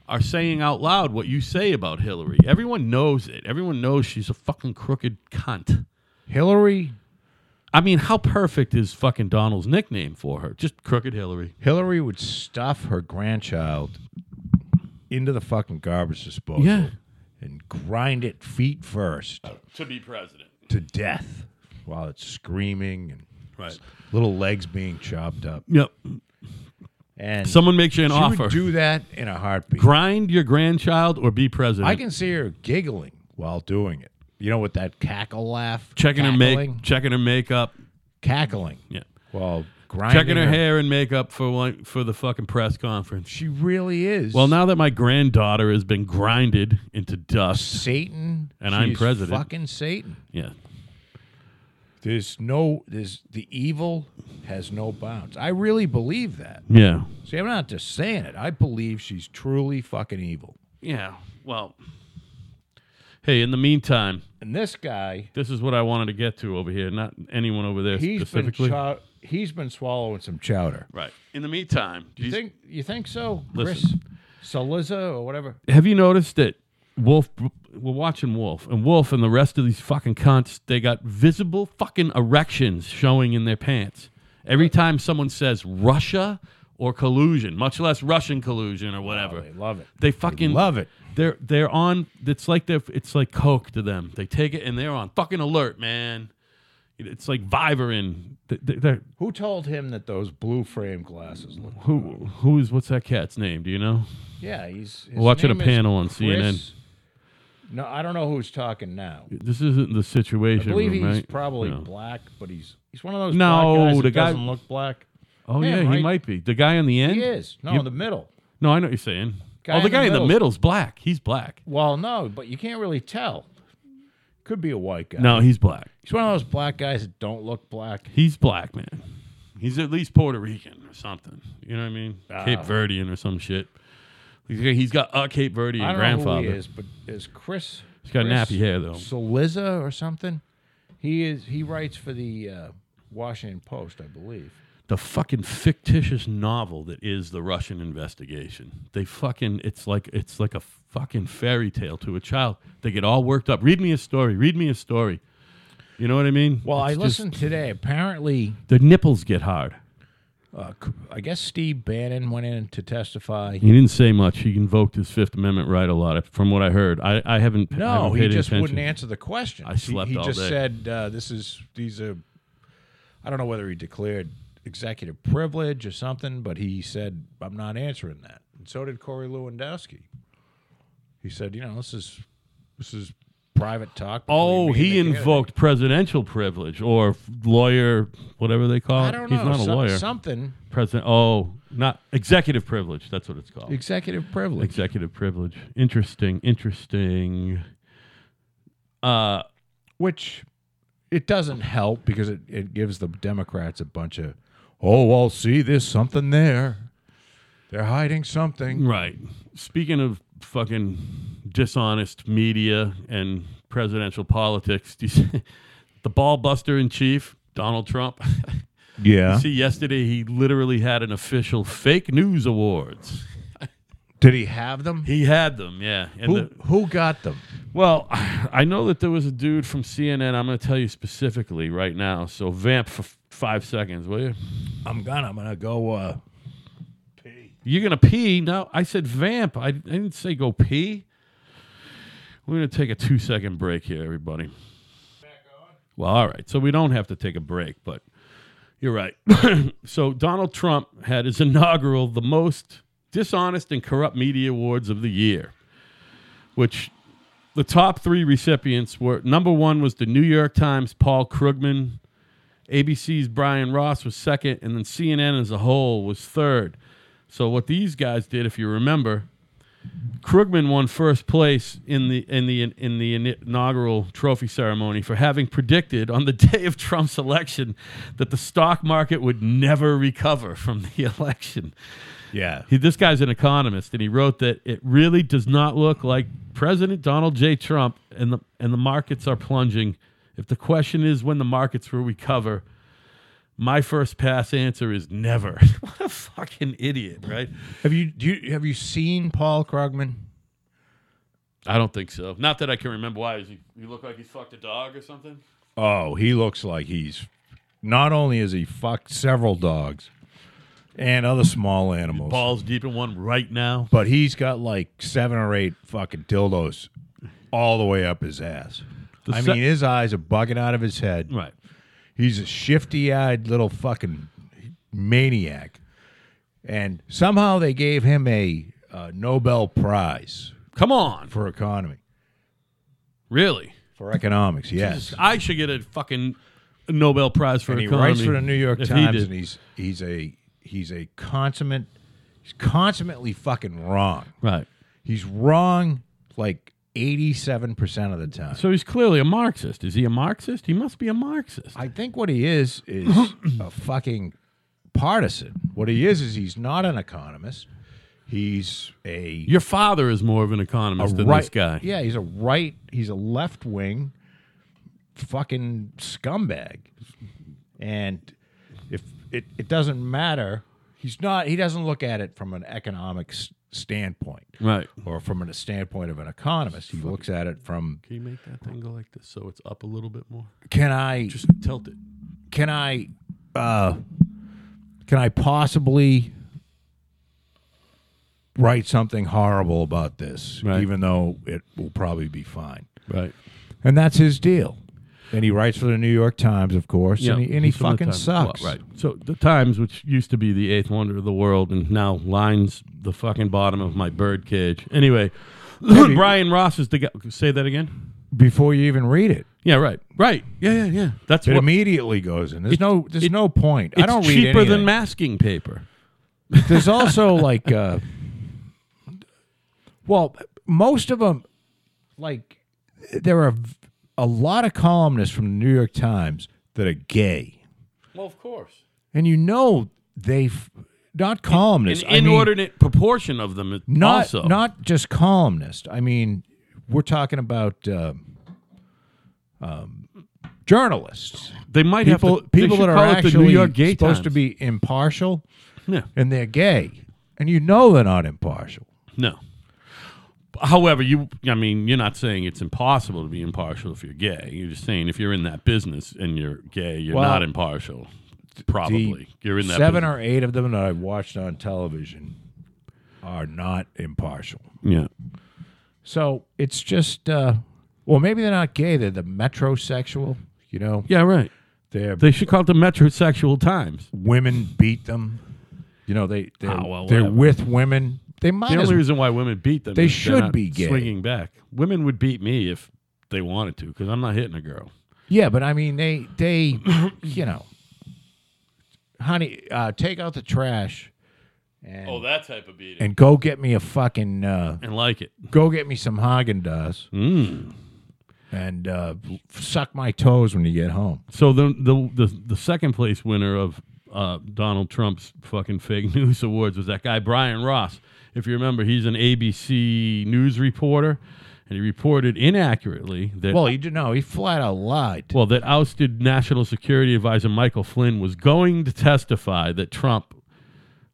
S1: are saying out loud what you say about Hillary. Everyone knows it. Everyone knows she's a fucking crooked cunt.
S2: Hillary.
S1: I mean, how perfect is fucking Donald's nickname for her? Just crooked Hillary.
S2: Hillary would stuff her grandchild into the fucking garbage disposal
S1: Yeah.
S2: and grind it feet first
S1: To be president.
S2: to death while it's screaming and
S1: Right.
S2: little legs being chopped up.
S1: Yep.
S2: And
S1: Someone makes you an
S2: she
S1: offer.
S2: would do that in a heartbeat.
S1: Grind your grandchild or be president.
S2: I can see her giggling while doing it. You know, with that cackle laugh,
S1: checking her
S2: cackling,
S1: make checking her makeup.
S2: cackling
S1: Yeah.
S2: while grinding
S1: Checking her hair and makeup for one, for the fucking press conference.
S2: She really is.
S1: Well, now that my granddaughter has been grinded into dust.
S2: Satan
S1: And I'm
S2: she's
S1: president.
S2: Fucking Satan.
S1: Yeah.
S2: There's no there's the evil has no bounds. I really believe that.
S1: Yeah.
S2: See, I'm not just saying it. I believe she's truly fucking evil.
S1: Yeah. Well, hey, in the meantime,
S2: And this guy,
S1: this is what I wanted to get to over here, not anyone over there
S2: he's been
S1: specifically.
S2: chow- he's been swallowing some chowder.
S1: right. In the meantime,
S2: You
S1: these-
S2: think you think so,
S1: Listen.
S2: Chris Saliza or whatever?
S1: have you noticed that Wolf? We're watching Wolf, and Wolf and the rest of these fucking cunts. They got visible fucking erections showing in their pants every time someone says Russia or collusion, much less Russian collusion or
S2: Oh,
S1: whatever.
S2: they love it.
S1: They fucking
S2: love it.
S1: They're they're on. It's like they're it's like coke to them. They take it and they're on fucking alert, man. It's like Viverin. They- they- They're,
S2: Who told him that those blue frame glasses look?
S1: who who is what's that cat's name? Do you know?
S2: Yeah, he's his
S1: We're watching a
S2: name is
S1: panel on CNN.
S2: Chris- No, I don't know who's talking now.
S1: This isn't the
S2: I
S1: situation
S2: believe
S1: room,
S2: he's
S1: right?
S2: probably
S1: No.
S2: black, but he's he's one of those
S1: No,
S2: black guys
S1: the
S2: that
S1: guy-
S2: doesn't look black.
S1: Oh
S2: Him,
S1: yeah,
S2: right?
S1: he might be the guy on the end.
S2: He is. No,
S1: You-
S2: in the middle.
S1: No, I know what you're saying.
S2: Guy
S1: oh, the
S2: in the
S1: guy in the
S2: middle's-
S1: middle's black. He's black.
S2: Well, no, but you can't really tell. Could be a white guy.
S1: No, he's black.
S2: He's one of those black guys that don't look black.
S1: He's black, man. He's at least Puerto Rican or something. You know what I mean? Cape Verdean or some shit. He's got- He's got a Cape
S2: I
S1: Verdean
S2: don't know who he
S1: grandfather.
S2: is, but is Chris?
S1: He's got
S2: Chris
S1: nappy hair though.
S2: Saliza or something. He is. He writes for the uh, Washington Post, I believe.
S1: The fucking fictitious novel that is the Russian investigation. They fucking it's like it's like a fucking fairy tale to a child. They get all worked up. Read me a story. Read me a story. You know what I mean?
S2: Well, I
S1: It's just-
S2: listened today. Apparently,
S1: The nipples get hard.
S2: uh, c- I guess Steve Bannon went in to testify.
S1: He didn't say much. He invoked his Fifth Amendment right a lot, from what I heard. I, I haven't. I
S2: No,
S1: haven't
S2: he
S1: paid
S2: just
S1: attention.
S2: wouldn't answer the question.
S1: I slept
S2: he, he
S1: all
S2: just
S1: day.
S2: said uh, this is these are I don't know whether he declared executive privilege or something, but he said I'm not answering that. And so did Corey Lewandowski. He said, you know, this is this is private talk. between
S1: Oh,
S2: me
S1: he
S2: and the
S1: invoked presidential privilege or f- lawyer, whatever they call
S2: candidate." I
S1: it.
S2: don't
S1: He's
S2: know.
S1: not a
S2: some-
S1: lawyer.
S2: Something
S1: President. Oh, not executive privilege. That's what it's called.
S2: executive privilege.
S1: executive privilege. Interesting. Interesting. Uh,
S2: which it doesn't help because it, it gives the Democrats a bunch of, oh, well, see, there's something there. They're hiding something.
S1: Right. Speaking of fucking dishonest media and presidential politics, do you see the ball buster in chief, Donald Trump?
S2: Yeah.
S1: see, yesterday he literally had an official fake news awards.
S2: Did he have them?
S1: He had them, yeah. And
S2: Who,
S1: the-
S2: who got them?
S1: well, I know that there was a dude from CNN. I'm going to tell you specifically right now. So vamp for f- five seconds, will you?
S2: I'm gonna, I'm gonna go. Uh,
S1: You're gonna pee? No, I said vamp. I, I didn't say go pee. We're gonna take a two second break here, everybody. Well, all right. So we don't have to take a break, but you're right. so Donald Trump had his inaugural, the most dishonest and corrupt media awards of the year, which the top three recipients were number one was the New York Times' Paul Krugman, ABC's Brian Ross was second, and then CNN as a whole was third. So what these guys did, if you remember, Krugman won first place in the in the in the inaugural trophy ceremony for having predicted on the day of Trump's election that the stock market would never recover from the election.
S2: yeah.
S1: He, this guy's an economist, and he wrote that it really does not look like President Donald J. Trump and the and the markets are plunging. If the question is when the markets will recover, my first pass answer is never. what a fucking idiot, right?
S2: Have you, do you have you seen Paul Krugman?
S1: I don't think so. Not that I can remember. Why is he? You look like he's fucked a dog or something.
S2: Oh, he looks like he's not only has he fucked several dogs and other small animals,
S1: Balls deep in one right now.
S2: but he's got like seven or eight fucking dildos all the way up his ass.
S1: The
S2: I
S1: se-
S2: mean, his eyes are bugging out of his head.
S1: Right.
S2: He's a shifty-eyed little fucking maniac, and somehow they gave him a uh, Nobel Prize
S1: Come on.
S2: for economy
S1: Really?
S2: for economics. Yes,
S1: I should get a fucking Nobel Prize for
S2: and he
S1: economy.
S2: writes for the New York
S1: if he
S2: Times,
S1: did.
S2: and he's he's a he's a consummate, he's consummately fucking wrong.
S1: right.
S2: He's wrong like eighty-seven percent of the time.
S1: So he's clearly a Marxist. Is he a Marxist? He must be a Marxist.
S2: I think what he is is a fucking partisan. What he is is he's not an economist. He's a
S1: Your father is more of an economist than
S2: right
S1: this guy.
S2: Yeah, he's a right. He's a left wing fucking scumbag, and if it, it doesn't matter, he's not. He doesn't look at it from an economic s- standpoint
S1: Right.
S2: or from a standpoint of an economist. He looks at it from
S1: Can you make that thing go like this so it's up a little bit more?
S2: can I
S1: Just tilt it.
S2: can I uh, can I possibly write something horrible about this,
S1: Right.
S2: even though it will probably be fine.
S1: Right.
S2: And that's his deal. And he writes for the New York Times, of course, and he, and he
S1: he's from the
S2: fucking
S1: Times. Well,
S2: sucks.
S1: right. So the Times, which used to be the eighth wonder of the world, and now lines the fucking bottom of my bird cage. Anyway, Brian Ross is the guy. Say that again.
S2: Before you even read it,
S1: Yeah. Right. Right. Yeah. Yeah. Yeah. That's
S2: it
S1: what.
S2: immediately goes in. There's no, there's
S1: it-
S2: no point.
S1: It's
S2: I don't read
S1: cheaper than
S2: anything.
S1: masking paper.
S2: There's also like, uh, well, most of them, like, there are v- a lot of columnists from the New York Times that are gay,
S1: Well, of course.
S2: and you know they've
S1: An
S2: not columnists. I mean-
S1: inordinate proportion of them.
S2: not
S1: also.
S2: not just columnist. I mean, we're talking about um, um, journalists,
S1: they might
S2: people
S1: have to, they
S2: people
S1: should
S2: that are
S1: call it the
S2: actually
S1: New York gay
S2: supposed to
S1: Times.
S2: be impartial,
S1: Yeah.
S2: and they're gay, and you know they're not impartial.
S1: No. However, you I mean, you're not saying it's impossible to be impartial if you're gay. You're just saying if you're in that business and you're gay, you're
S2: Well,
S1: not impartial. Probably. You're in that
S2: Seven
S1: business.
S2: or eight of them that I watched on television are not impartial.
S1: yeah.
S2: So it's just, uh, well, maybe they're not gay. They're the metrosexual. You know,
S1: Yeah, right.
S2: they're
S1: They should call it the metrosexual times.
S2: women beat them. You know, they they're,
S1: Ah, well,
S2: they're
S1: whatever.
S2: with women. They might
S1: The
S2: as
S1: only reason why women beat them
S2: They
S1: is they're
S2: should
S1: not
S2: be gay.
S1: swinging back. Women would beat me if they wanted to cuz I'm not hitting a girl.
S2: yeah, but I mean they they you know, honey, uh, take out the trash and
S1: Oh, that type of beating.
S2: and go get me a fucking uh,
S1: And like it.
S2: go get me some Haagen Dazs
S1: Mm.
S2: and uh, suck my toes when you get home.
S1: So the the the, the second place winner of uh, Donald Trump's fucking fake news awards was that guy Brian Ross. If you remember, he's an ABC news reporter, and he reported inaccurately that
S2: Well, you do know he flat out lied.
S1: well, that ousted National Security Advisor Michael Flynn was going to testify that Trump,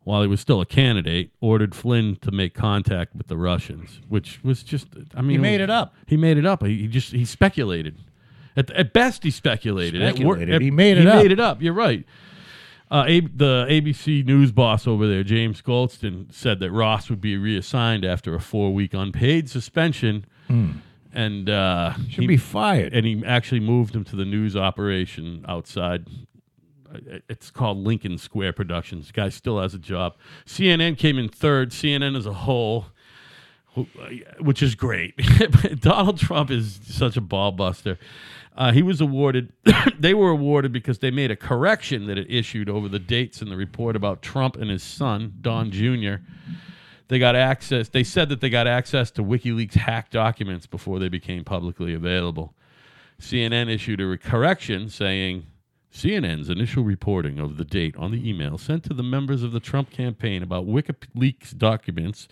S1: while he was still a candidate, ordered Flynn to make contact with the Russians, which was just, I mean,
S2: he made it up.
S1: He made it up. He, he just, he speculated. At, at best, he speculated. At wor-
S2: Speculated. He made it up.
S1: He made it up. You're right. Uh, A- the ABC News boss over there, James Goldston, said that Ross would be reassigned after a four week unpaid suspension.
S2: Hmm.
S1: And uh,
S2: Should
S1: he-
S2: be fired.
S1: and he actually moved him to the news operation outside. It's called Lincoln Square Productions. The guy still has a job. CNN came in third. CNN as a whole, wh- which is great. Donald Trump is such a ball buster. Uh, he was awarded. they were awarded because they made a correction that it issued over the dates in the report about Trump and his son Don Jr. They got access. They said that they got access to WikiLeaks hacked documents before they became publicly available. CNN issued a correction saying CNN's initial reporting of the date on the email sent to the members of the Trump campaign about WikiLeaks documents,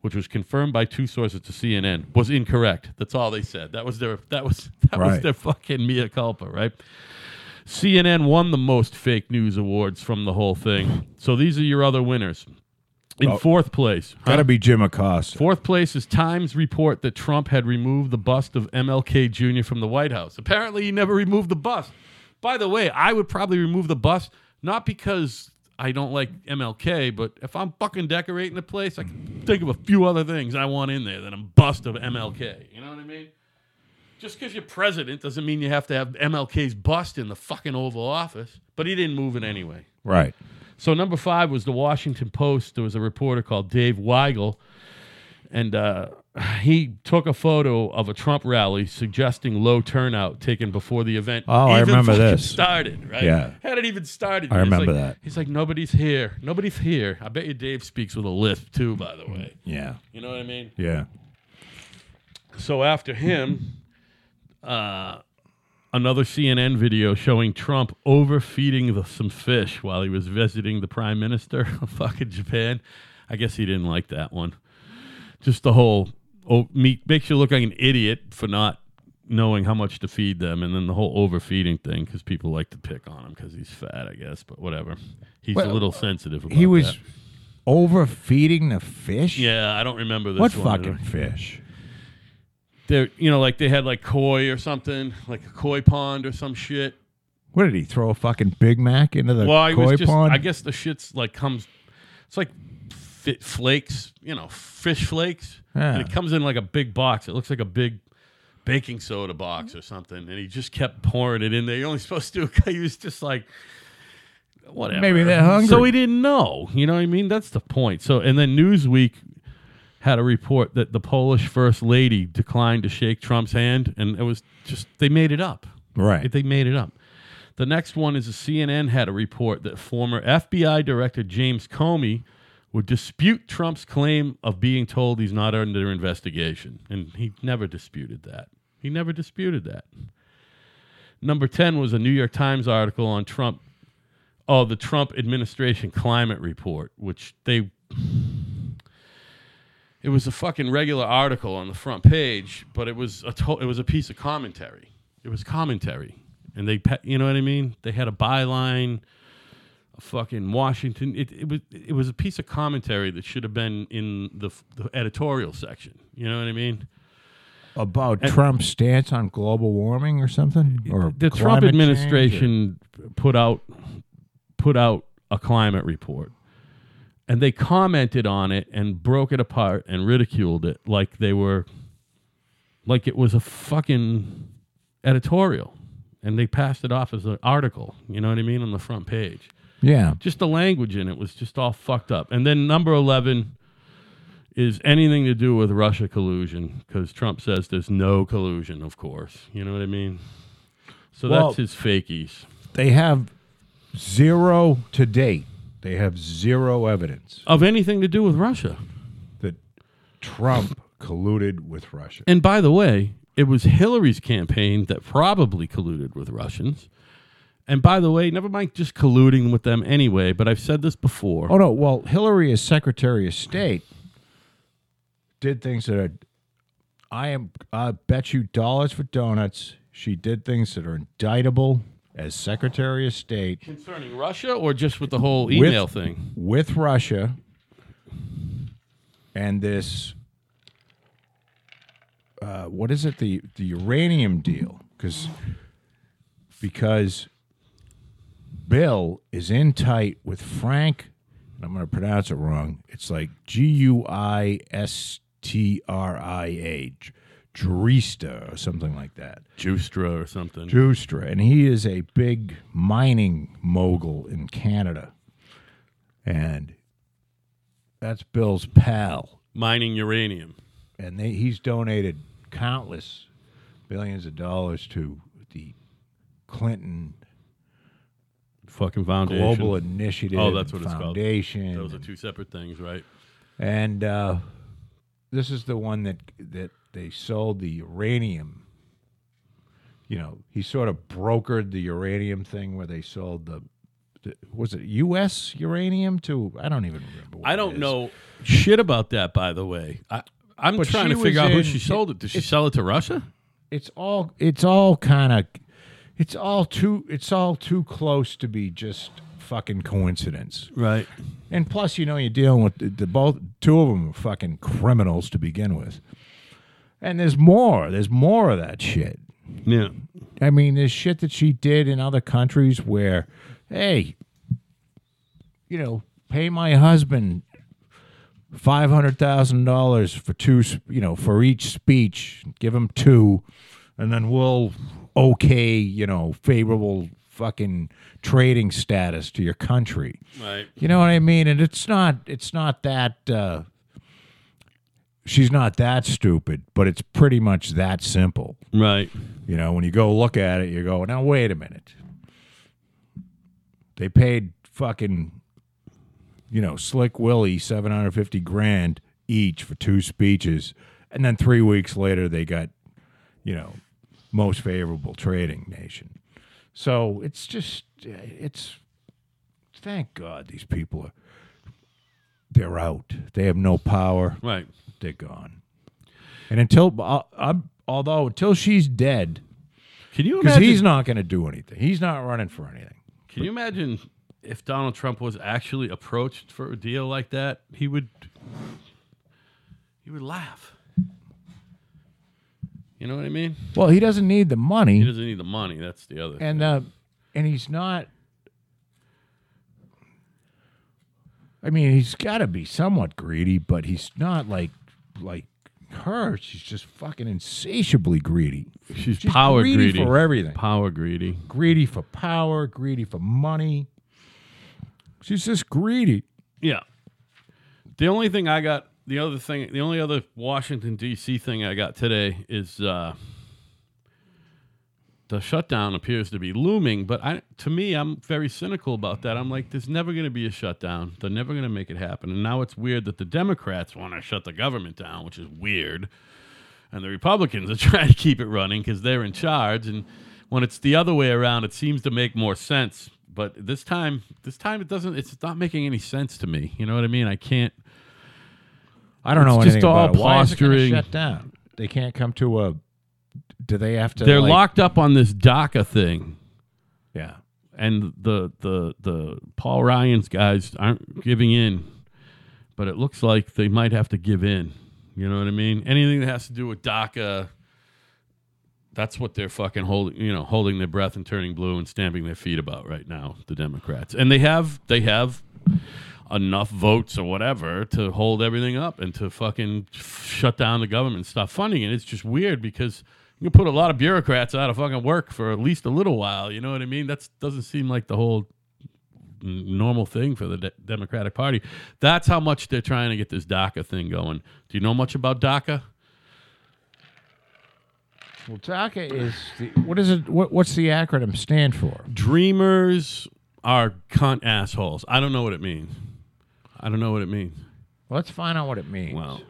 S1: which was confirmed by two sources to CNN, was incorrect. That's all they said. That was their that was that was
S2: Right.
S1: their fucking mea culpa, right? CNN won the most fake news awards from the whole thing. So these are your other winners. In
S2: Oh.
S1: fourth place,
S2: Got to be Jim Acosta.
S1: Fourth place is Times report that Trump had removed the bust of MLK Jr. from the White House. Apparently, he never removed the bust. By the way, I would probably remove the bust not because I don't like MLK, but if I'm fucking decorating the place, I can think of a few other things I want in there than a bust of MLK. You know what I mean? Just because you're president doesn't mean you have to have MLK's bust in the fucking Oval Office. But he didn't move it anyway.
S2: right.
S1: So number five was the Washington Post. There was a reporter called Dave Weigel, and uh, he took a photo of a Trump rally suggesting low turnout taken before the event.
S2: Oh, I
S1: even
S2: remember
S1: fucking
S2: this.
S1: Started right?
S2: Yeah.
S1: had it even started?
S2: I
S1: He's
S2: remember
S1: like-
S2: that.
S1: He's like, nobody's here. Nobody's here. I bet you Dave speaks with a lisp too. By the way,
S2: Yeah.
S1: you know what I mean.
S2: Yeah.
S1: So after him, uh, another CNN video showing Trump overfeeding the, some fish while he was visiting the prime minister of fucking Japan. I guess he didn't like that one. Just the whole oh, meat makes you look like an idiot for not knowing how much to feed them, and then the whole overfeeding thing because people like to pick on him because he's fat, I guess. But whatever, he's
S2: Well,
S1: a little sensitive. About
S2: He was
S1: that.
S2: overfeeding the fish.
S1: Yeah, I don't remember this.
S2: What
S1: one.
S2: fucking fish?
S1: they you know like they had like koi or something like a koi pond or some shit
S2: What did he throw a fucking Big Mac into the
S1: well i
S2: koi
S1: was just
S2: pond?
S1: i guess the shit's like comes it's like fit flakes you know fish flakes
S2: Yeah.
S1: and it comes in like a big box it looks like a big baking soda box or something and he just kept pouring it in there you're only supposed to he was just like whatever
S2: Maybe they're hungry.
S1: so he didn't know you know what i mean that's the point so and then newsweek had a report that the polish first lady declined to shake trump's hand and it was just they made it up
S2: right.
S1: they made it up. The next one is a CNN had a report that former FBI Director James Comey would dispute Trump's claim of being told he's not under investigation. And he never disputed that. He never disputed that. Number 10 was a New York Times article on Trump. Oh, the Trump administration climate report, which they. It was a fucking regular article on the front page, but it was a to- it was a piece of commentary. It was commentary, and they pe- you know what I mean. They had a byline, a fucking Washington. It, it was it was a piece of commentary that should have been in the, f- the editorial section. You know what I mean?
S2: About Trump's stance on global warming or something? Or
S1: the Trump
S2: climate change or-
S1: administration put out put out a climate report, and they commented on it and broke it apart and ridiculed it like they were like it was a fucking editorial, and they passed it off as an article. You know what I mean on the front page.
S2: Yeah.
S1: Just the language in it was just all fucked up. And then number eleven is anything to do with Russia collusion because Trump says there's no collusion, of course. You know what I mean? So
S2: Well-
S1: that's his fakies.
S2: They have zero to date. They have zero evidence
S1: Of anything to do with Russia.
S2: that Trump colluded with Russia.
S1: And by the way, it was Hillary's campaign that probably colluded with Russians. And by the way, never mind just colluding with them anyway, but I've said this before.
S2: Oh no, well, Hillary as Secretary of State did things that are I am I bet you dollars for donuts. She did things that are indictable as Secretary of State
S1: Concerning Russia or just with the whole email thing?
S2: with Russia and this uh, what is it the the uranium deal because because Bill is in tight with Frank and I'm going to pronounce it wrong it's like G U I S T R I A Drista or something like that
S1: Justra or something.
S2: Joustra, and he is a big mining mogul in Canada. And that's Bill's pal.
S1: Mining uranium.
S2: And they, he's donated countless billions of dollars to the Clinton
S1: Fucking foundation.
S2: Global Initiative
S1: Oh, that's
S2: and
S1: what it's called.
S2: Foundation.
S1: Those are two separate things, right?
S2: And uh, this is the one that that they sold the uranium. You know, he sort of brokered the uranium thing where they sold the, the was it U.S. uranium to I don't even remember. What
S1: I
S2: it
S1: don't
S2: is.
S1: know shit about that, by the way. I, I'm
S2: But
S1: trying
S2: she
S1: to figure out
S2: was
S1: who she
S2: in-
S1: sold it. Did she sell it to Russia?
S2: It's all it's all kind of it's all too it's all too close to be just fucking coincidence.
S1: Right.
S2: And plus, you know, you're dealing with the, the both two of them are fucking criminals to begin with. And there's more. There's more of that shit.
S1: Yeah.
S2: I mean, there's shit that she did in other countries where, hey, you know, pay my husband five hundred thousand dollars for two, sp- you know, for each speech, give him two, and then we'll okay, you know, favorable fucking trading status to your country.
S1: Right.
S2: You know what I mean? And it's not it's not that uh, she's not that stupid, but it's pretty much that simple.
S1: Right.
S2: You know, when you go look at it, you go, now wait a minute. They paid fucking, you know, Slick Willie seven hundred fifty grand each for two speeches, and then three weeks later they got, you know, most favorable trading nation. So it's just, it's, thank God these people are, they're out. They have no power
S1: Right.
S2: they're gone. And until uh, I'm, although until she's dead,
S1: Can you
S2: because
S1: imagine?
S2: he's not going to do anything. He's not running for anything.
S1: Can you imagine if Donald Trump was actually approached for a deal like that? He would he would laugh. You know what I mean?
S2: Well, he doesn't need the
S1: He
S2: money,
S1: doesn't need the money. That's the other.
S2: and uh, and he's not. I mean, he's got to be somewhat greedy, but he's not like like her. She's just fucking insatiably greedy.
S1: she's,
S2: She's
S1: power
S2: greedy,
S1: greedy.
S2: for everything.
S1: power greedy.
S2: Greedy for power. Greedy for money. She's just greedy.
S1: Yeah. The only thing I got, the other thing, the only other Washington D.C. thing I got today is uh, the shutdown appears to be looming. But I, to me, I'm very cynical about that. I'm like, there's never going to be a shutdown. They're never going to make it happen. And now it's weird that the Democrats want to shut the government down, which is weird. And the Republicans are trying to keep it running because they're in charge. And when it's the other way around, it seems to make more sense. But this time, this time it doesn't. It's not making any sense to me. You know what I mean? I can't.
S2: I don't know
S1: It's just
S2: anything about
S1: all
S2: it. Why is it gonna
S1: posturing.
S2: shut down. They can't come to a. Do they have to?
S1: They're
S2: Uh, like-
S1: locked up on this DACA thing,
S2: Yeah.
S1: and the the the Paul Ryan's guys aren't giving in, but it looks like they might have to give in. You know what I mean? Anything that has to do with DACA, that's what they're fucking holding. You know, holding their breath and turning blue and stamping their feet about right now. The Democrats, and they have they have enough votes or whatever to hold everything up and to fucking shut down the government and stop funding it. It's just weird because you can put a lot of bureaucrats out of fucking work for at least a little while. You know what I mean? That doesn't seem like the whole n- normal thing for the de- Democratic Party. That's how much they're trying to get this DACA thing going. Do you know much about DACA?
S2: Well, DACA is the, what is it? What, what's the acronym stand for?
S1: Dreamers are cunt assholes. I don't know what it means. I don't know what it means.
S2: Let's find out what it means.
S1: Well,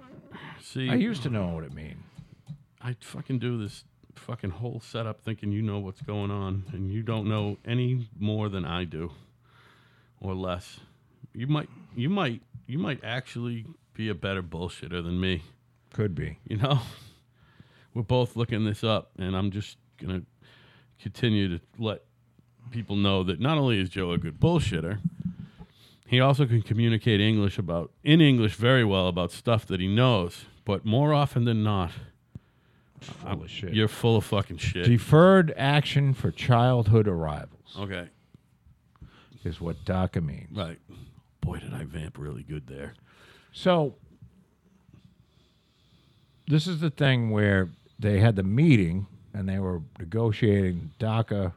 S1: see,
S2: I used to know what it means.
S1: I fucking do this fucking whole setup thinking you know what's going on and you don't know any more than I do or less. You might you might you might actually be a better bullshitter than me,
S2: Could be.
S1: you know? We're both looking this up and I'm just going to continue to let people know that not only is Joe a good bullshitter, he also can communicate English about in English very well about stuff that he knows, but more often than not
S2: Full of shit.
S1: you're full of fucking shit.
S2: Deferred action for childhood arrivals
S1: Okay,
S2: is what DACA means.
S1: right. Boy, did I vamp really good there.
S2: So this is the thing where they had the meeting and they were negotiating DACA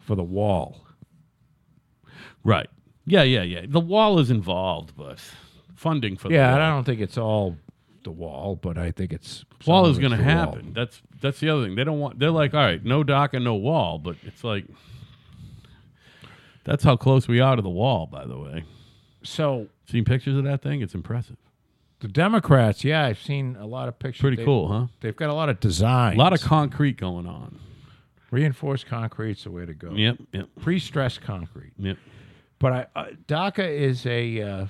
S2: for the wall.
S1: Right. Yeah, yeah, yeah. The wall is involved, but funding for
S2: Yeah,
S1: the
S2: and
S1: wall,
S2: I don't think it's all the wall, but I think it's some
S1: wall
S2: of
S1: is
S2: it's
S1: going to
S2: the wall.
S1: happen. That's that's the other thing. They don't want. They're like, all right, no dock and no wall, but it's like. That's how close we are to the wall, by the way.
S2: So
S1: Seen pictures of that thing? It's impressive.
S2: the Democrats, yeah, I've seen a lot of pictures.
S1: Pretty
S2: They-
S1: cool, huh?
S2: They've got a lot of design.
S1: A lot of concrete going on.
S2: reinforced concrete's the way to go.
S1: Yep, yep,
S2: Pre-stressed concrete.
S1: yep.
S2: But I, uh, DACA is a. Uh,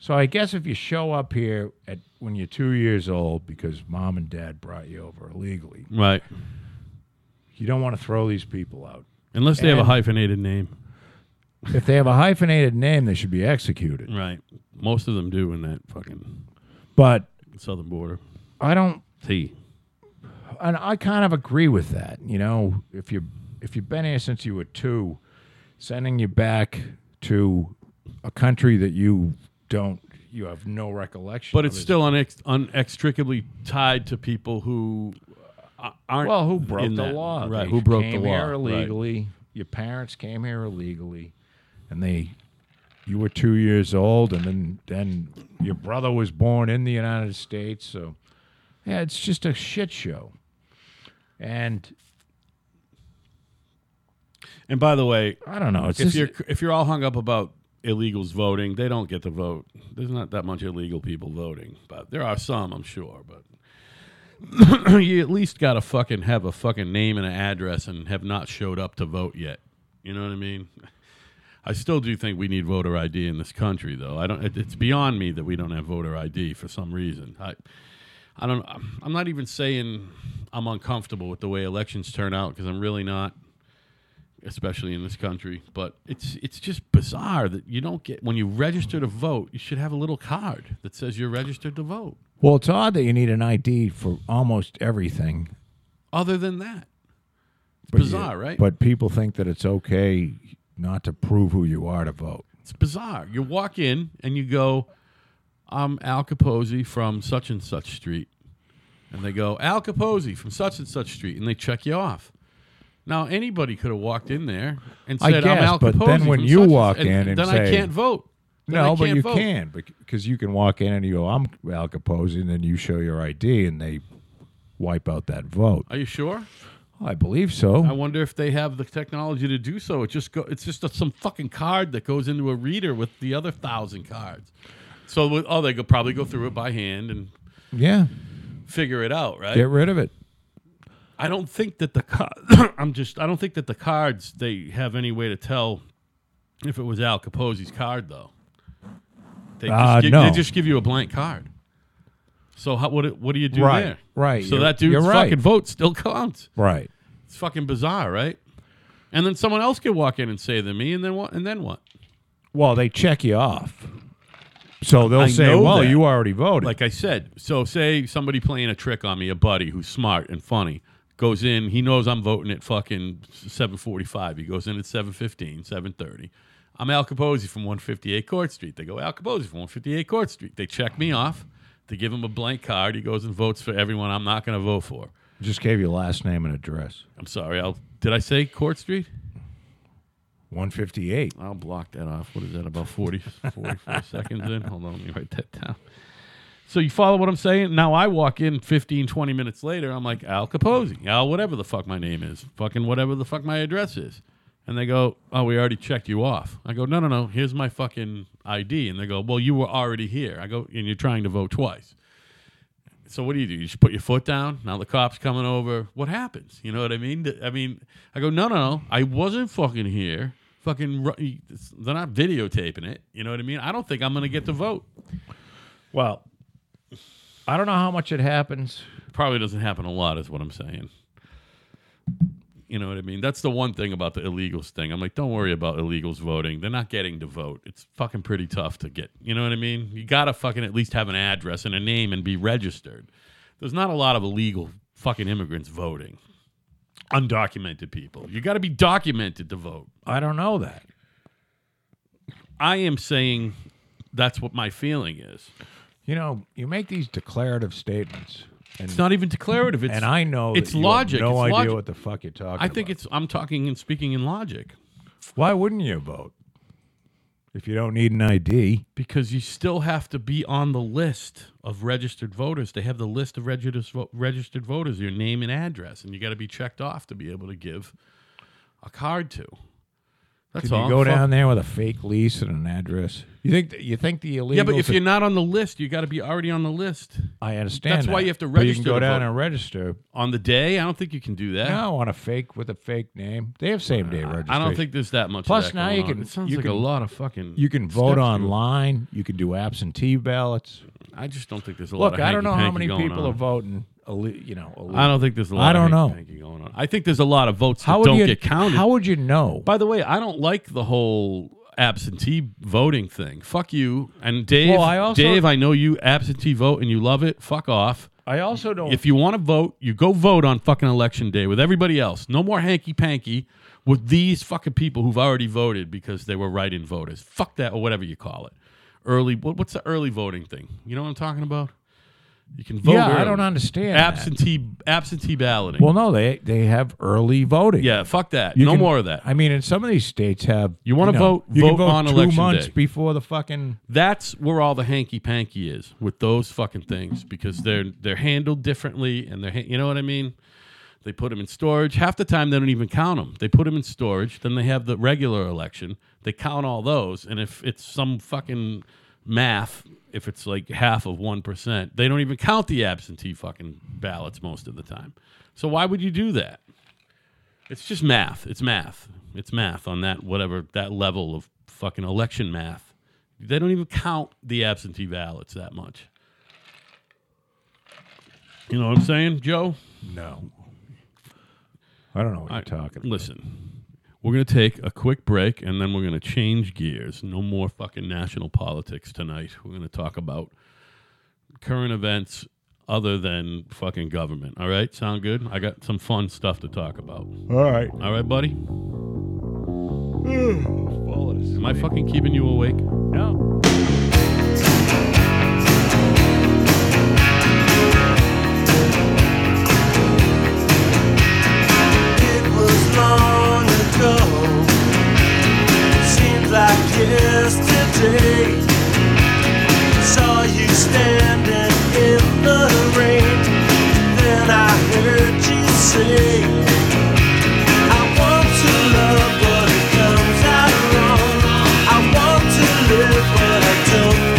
S2: so I guess if you show up here at when you're two years old because mom and dad brought you over illegally,
S1: Right.
S2: you don't want to throw these people out.
S1: Unless they have a
S2: And-
S1: hyphenated name.
S2: If they have a hyphenated name, they should be executed.
S1: Right. Most of them do in that fucking
S2: But
S1: southern border.
S2: I don't,
S1: T.
S2: and I kind of agree with that. You know, if you if you've been here since you were two, sending you back to a country that you don't, you have no recollection.
S1: But
S2: of
S1: it's
S2: is-
S1: still unex- inextricably tied to people who uh, aren't.
S2: Well, who broke
S1: in
S2: the
S1: that-
S2: law?
S1: Right.
S2: They
S1: Who broke the
S2: came
S1: law?
S2: Here
S1: right.
S2: illegally. Your parents came here illegally, and they, you were two years old, and then then your brother was born in the United States. So, yeah, it's just a shit show. And
S1: And by the way,
S2: I don't know. It's
S1: if
S2: just,
S1: you're if you're all hung up about illegals voting, they don't get to vote. There's not that much illegal people voting, but there are some, I'm sure. But you at least got to fucking have a fucking name and an address, and have not showed up to vote yet. You know what I mean? I still do think we need voter ID in this country, though. I don't. It, it's beyond me that we don't have voter ID for some reason. I, I don't. I'm not even saying I'm uncomfortable with the way elections turn out because I'm really not especially in this country. But it's it's just bizarre that you don't get when you register to vote, you should have a little card that says you're registered to vote.
S2: well, it's odd that you need an ID for almost everything.
S1: Other than that, it's
S2: but you-
S1: bizarre, right?
S2: But people think that it's okay not to prove who you are to vote.
S1: it's bizarre. You walk in and you go, "I'm Al Capozzi from such and such street," and they go, "Al Capozzi from such and such street," and they check you off. Now anybody could have walked in there and
S2: I
S1: said, "I'm
S2: guess,
S1: Al
S2: but
S1: Capozzi."
S2: then
S1: from
S2: when
S1: such
S2: you
S1: and such,"
S2: walk in and
S1: then I
S2: say-
S1: can't vote. Then I
S2: No, but
S1: can't
S2: you
S1: vote.
S2: can because you can walk in and you go, "I'm Al Capozzi," and then you show your ID and they wipe out that vote.
S1: Are you sure?
S2: I believe so.
S1: I wonder if they have the technology to do so. It just go, it's just a, some fucking card that goes into a reader with the other thousand cards. So with, oh, they could probably go through it by hand and
S2: yeah,
S1: figure it out, right?
S2: get rid of it.
S1: I don't think that the card. I'm just I don't think that the cards they have any way to tell if it was Al Capozzi's card though. They just,
S2: Uh,
S1: give,
S2: no.
S1: they just give you a blank card. So how, what do- what do you do
S2: Right,
S1: there?
S2: right.
S1: So
S2: You're-
S1: that dude's
S2: you're right.
S1: fucking vote still counts.
S2: Right.
S1: It's fucking bizarre, right? And then someone else could walk in and say to me, and then what? And then what?
S2: Well, they check you off, so they'll
S1: I
S2: say,
S1: know
S2: "Well,
S1: that.
S2: you already voted."
S1: Like I said, so say somebody playing a trick on me, a buddy who's smart and funny, goes in. He knows I'm voting at fucking 7:45. He goes in at 7:15, 7:30. I'm Al Capozzi from 158 Court Street. They go Al Capozzi from 158 Court Street. They check me off. They give him a blank card. He goes and votes for everyone I'm not going to vote for.
S2: Just gave you last name and address.
S1: I'm sorry. I'll, did I say Court Street?
S2: One fifty-eight.
S1: I'll block that off. What is that? About 40, 44 seconds in? Hold on, let me write that down. So you follow what I'm saying? Now I walk in 15, 20 minutes later. I'm like, Al Capozzi, Al, whatever the fuck my name is, fucking whatever the fuck my address is. And they go, Oh, we already checked you off. I go, No, no, no. Here's my fucking ID. And they go, Well, you were already here. I go, And you're trying to vote twice. so what do you do? You just put your foot down. Now the cops coming over. What happens? You know what I mean? Th- I mean, I go, no, no, no. I wasn't fucking here. Fucking, ru- they're not videotaping it. You know what I mean? I don't think I'm gonna get to vote.
S2: Well, I don't know how much it happens.
S1: Probably doesn't happen a lot, is what I'm saying. You know what I mean? That's the one thing about the illegals thing. I'm like, don't worry about illegals voting. They're not getting to vote. It's fucking pretty tough to get. You know what I mean? You gotta fucking at least have an address and a name and be registered. There's not a lot of illegal fucking immigrants voting. Undocumented people. You gotta be documented to vote.
S2: I don't know that.
S1: I am saying that's what my feeling is.
S2: You know, you make these declarative statements, and
S1: It's not even declarative. It's
S2: and I know
S1: it's
S2: that you have
S1: logic,
S2: no
S1: it's
S2: idea
S1: logic.
S2: what the fuck you're talking.
S1: I think it's I'm talking and speaking in logic.
S2: it's why wouldn't you vote if you don't need an ID?
S1: because you still have to be on the list of registered voters. They have the list of registered vo- registered voters, your name and address, and you got to be checked off to be able to give a card to. That's
S2: Can
S1: all.
S2: you go
S1: Fuck-
S2: down there with a fake lease and an address? You think that, you think the illegals?
S1: Yeah, but if
S2: are-
S1: you're not on the list, you got to be already on the list
S2: I understand.
S1: That's why
S2: that,
S1: you have to
S2: but You
S1: register
S2: can go
S1: to
S2: down
S1: vote.
S2: and register.
S1: on the day. I don't think you can do that.
S2: No, on a fake with a fake name. They have same day registration.
S1: Uh, I don't think there's that much. of
S2: Plus,
S1: that
S2: now
S1: going
S2: you
S1: on.
S2: can-
S1: It sounds
S2: you
S1: like a
S2: can-
S1: lot of fucking.
S2: you can
S1: steps
S2: vote
S1: to-
S2: online. You can do absentee ballots.
S1: I just don't think there's a lot.
S2: Look,
S1: of
S2: I don't know how
S1: hanky-panky
S2: many
S1: going
S2: people
S1: on.
S2: are voting. Elite, you know, elite.
S1: I don't think there's a lot.
S2: I don't know.
S1: of hanky-panky going on. I think there's a lot of votes
S2: how
S1: that
S2: would
S1: don't
S2: you
S1: get counted.
S2: How would you know?
S1: By the way, I don't like the whole absentee voting thing. Fuck you. And Dave,
S2: Well, I also-
S1: Dave, I know you absentee vote and you love it. Fuck off.
S2: I also don't.
S1: If you want to vote, you go vote on fucking election day with everybody else. No more hanky panky with these fucking people who've already voted because they were write in voters. Fuck that or whatever you call it. Early, what, what's the early voting thing? You know what I'm talking about? You can vote.
S2: yeah, I
S1: early.
S2: don't understand. that.
S1: absentee absentee balloting.
S2: Well, no, they they have early voting.
S1: yeah, fuck that.
S2: You
S1: no
S2: can-
S1: more of that.
S2: I mean, and some of these states have.
S1: You wanna
S2: know,
S1: vote,
S2: You can
S1: vote on
S2: two
S1: election
S2: months
S1: day.
S2: before the fucking.
S1: that's where all the hanky panky is with those fucking things because they're they're handled differently and they're ha- you know what I mean. They put them in storage. Half the time they don't even count them. They put them in storage. Then they have the regular election. They count all those, and if it's some fucking math, if it's like half of one percent, they don't even count the absentee fucking ballots most of the time. So why would you do that? It's just math. It's math. It's math on that whatever that level of fucking election math. They don't even count the absentee ballots that much. You know what I'm saying, Joe?
S2: No. I don't know what
S1: I-
S2: you're talking. about.
S1: Listen, we're going to take a quick break and then we're going to change gears. No more fucking national politics tonight. We're going to talk about current events other than fucking government. All right? Sound good? I got some fun stuff to talk about.
S2: All right.
S1: All right, buddy?
S2: Bullet is-
S1: Am I fucking keeping you awake?
S2: No.
S3: It was long ago. Seems like yesterday. Saw you standing in the rain. Then I heard you say, I want to love, but it comes out wrong. I want to live, but I don't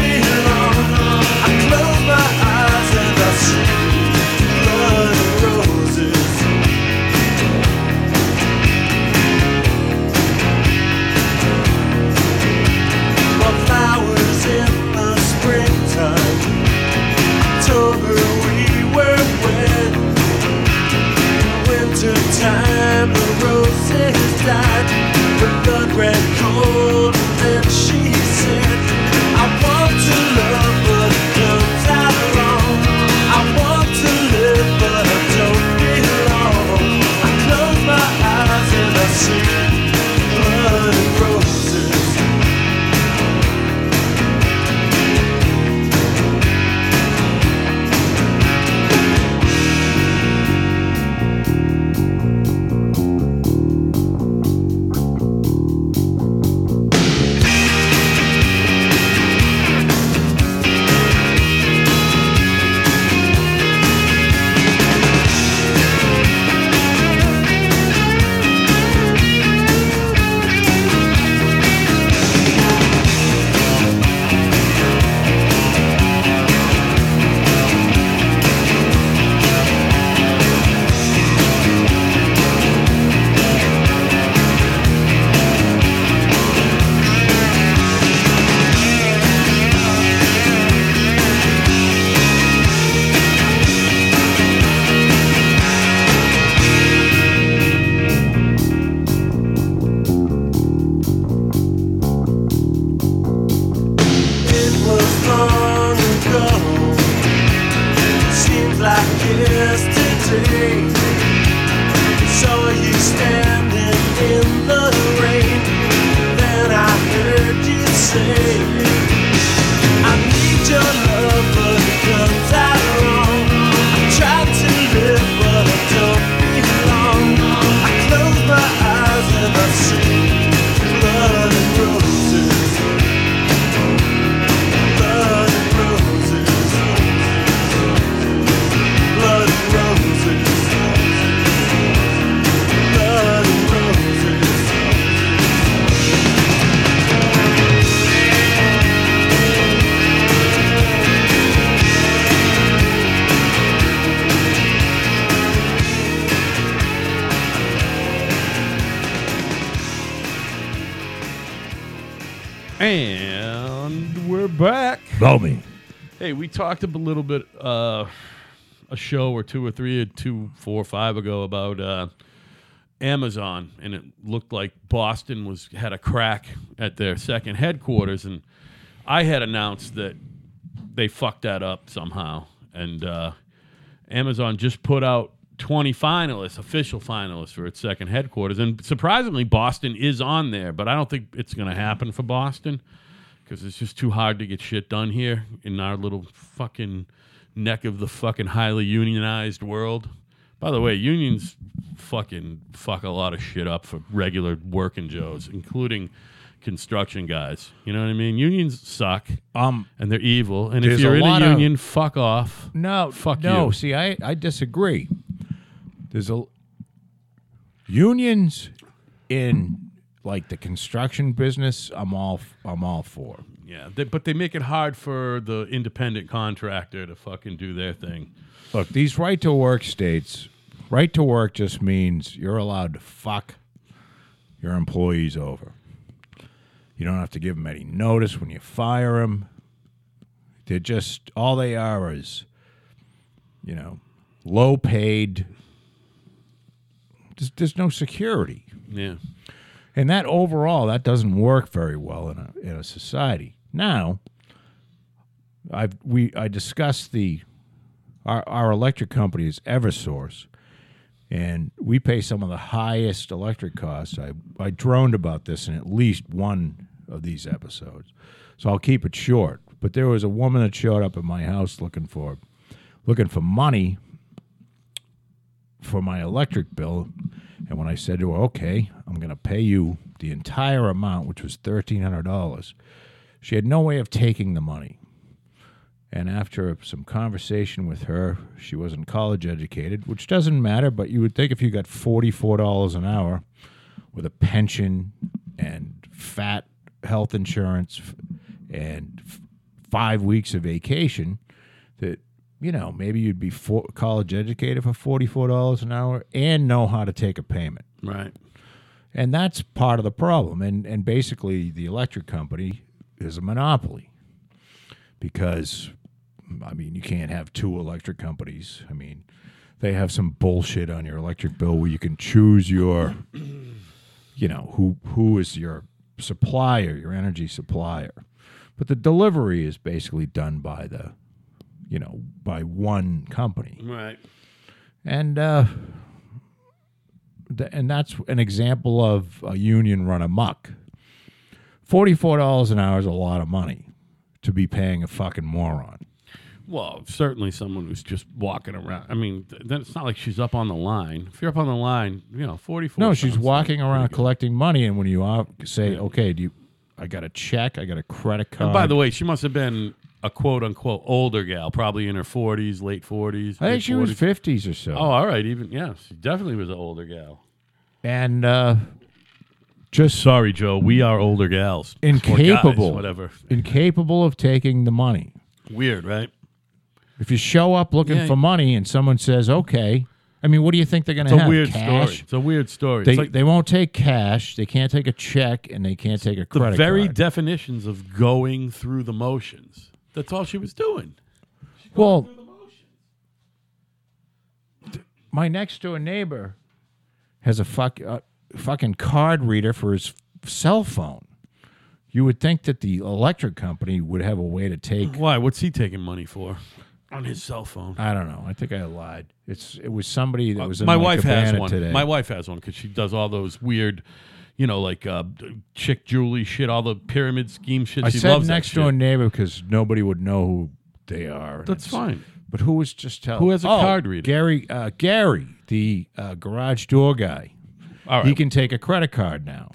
S3: baby. I need your love, but it comes out wrong. I try to live, but I don't belong. I close my eyes and I see blood and roses. Blood and roses. Blood and roses. Blood and roses.
S1: And we're back.
S2: Blow me.
S1: Hey, we talked a little bit uh, a show or two or three or two, four or five ago about uh, Amazon, and it looked like Boston was had a crack at their second headquarters, and I had announced that they fucked that up somehow, and uh, Amazon just put out. 20 finalists, official finalists for its second headquarters. And surprisingly, Boston is on there, but I don't think it's going to happen for Boston because it's just too hard to get shit done here in our little fucking neck of the fucking highly unionized world. By the way, unions fucking fuck a lot of shit up for regular working Joes, including construction guys. You know what I mean? Unions suck
S2: Um,
S1: and they're evil. And if
S2: There's
S1: you're
S2: a
S1: in
S2: lot
S1: a
S2: of-
S1: union, fuck off.
S2: No,
S1: Fuck
S2: no.
S1: you.
S2: See, I, I disagree. There's a unions in like the construction business. I'm all I'm all for.
S1: Yeah, they, but they make it hard for the independent contractor to fucking do their thing.
S2: Look, these right to work states. Right to work just means you're allowed to fuck your employees over. You don't have to give them any notice when you fire them. They're just all they are is, you know, low paid. There's, there's no security.
S1: Yeah.
S2: And that overall, that doesn't work very well in a in a society. Now, I've we I discussed the our our electric company is EverSource, and we pay some of the highest electric costs. I I droned about this in at least one of these episodes, so I'll keep it short. But there was a woman that showed up at my house looking for looking for money for my electric bill. And when I said to her, okay, I'm going to pay you the entire amount, which was $1,300, she had no way of taking the money. And after some conversation with her, she wasn't college educated, which doesn't matter, but you would think if you got $44 an hour with a pension and fat health insurance f- and f- five weeks of vacation, that you know maybe you'd be for, college educated for forty four dollars an hour and know how to take a payment,
S1: Right.
S2: and that's part of the problem. And and basically, the electric company is a monopoly because, I mean, you can't have two electric companies. I mean, they have some bullshit on your electric bill where you can choose your, you know, who who is your supplier, your energy supplier, but the delivery is basically done by the you know, by one company.
S1: Right.
S2: And uh, th- and that's an example of a union run amok. Forty-four dollars an hour is a lot of money to be paying a fucking moron.
S1: Well, certainly someone who's just walking around. I mean, th- then it's not like she's up on the line. If you're up on the line, you know, 44.
S2: No, she's
S1: sounds-
S2: walking around
S1: pretty good.
S2: collecting money, and when you uh, say, "Okay, do you?" I got a check. I got a credit card.
S1: And by the way, she must have been a quote unquote older gal, probably in her 40s, late 40s.
S2: I think
S1: mid
S2: she was
S1: 40s.
S2: fifties or so.
S1: Oh, all right. Even, yeah, she definitely was an older gal.
S2: and uh, just
S1: Sorry, Joe. We are older gals. Or guys,
S2: incapable,
S1: whatever.
S2: incapable of taking the money.
S1: Weird, right?
S2: If you show up looking
S1: Yeah.
S2: for money and someone says, "Okay," I mean, what do you think they're going to
S1: It's
S2: have?
S1: a weird
S2: cash?
S1: story. It's a weird story.
S2: They
S1: it's like
S2: they won't take cash. They can't take a check, and they can't take a
S1: the
S2: credit
S1: very
S2: card.
S1: definitions of going through the motions. That's all she was doing.
S2: well, my next door neighbor has a fuck uh, fucking card reader for his f- cell phone. You would think that the electric company would have a way to take.
S1: Why? What's he taking money for? On his cell phone.
S2: I don't know. I think I lied. It's it was somebody that was in
S1: Uh, My
S2: La
S1: wife has
S2: Cabana
S1: one.
S2: today.
S1: My wife has one because she does all those weird, you know, like uh, Chick Julie shit, all the pyramid scheme shit.
S2: I
S1: she
S2: said
S1: loves that
S2: next door
S1: shit.
S2: neighbor because nobody would know who they are. and
S1: That's
S2: it's-
S1: fine.
S2: But who was just telling?
S1: Who has a
S2: Oh,
S1: card reader?
S2: Gary, uh, Gary, the uh, garage door guy.
S1: All right.
S2: He can take a credit card now.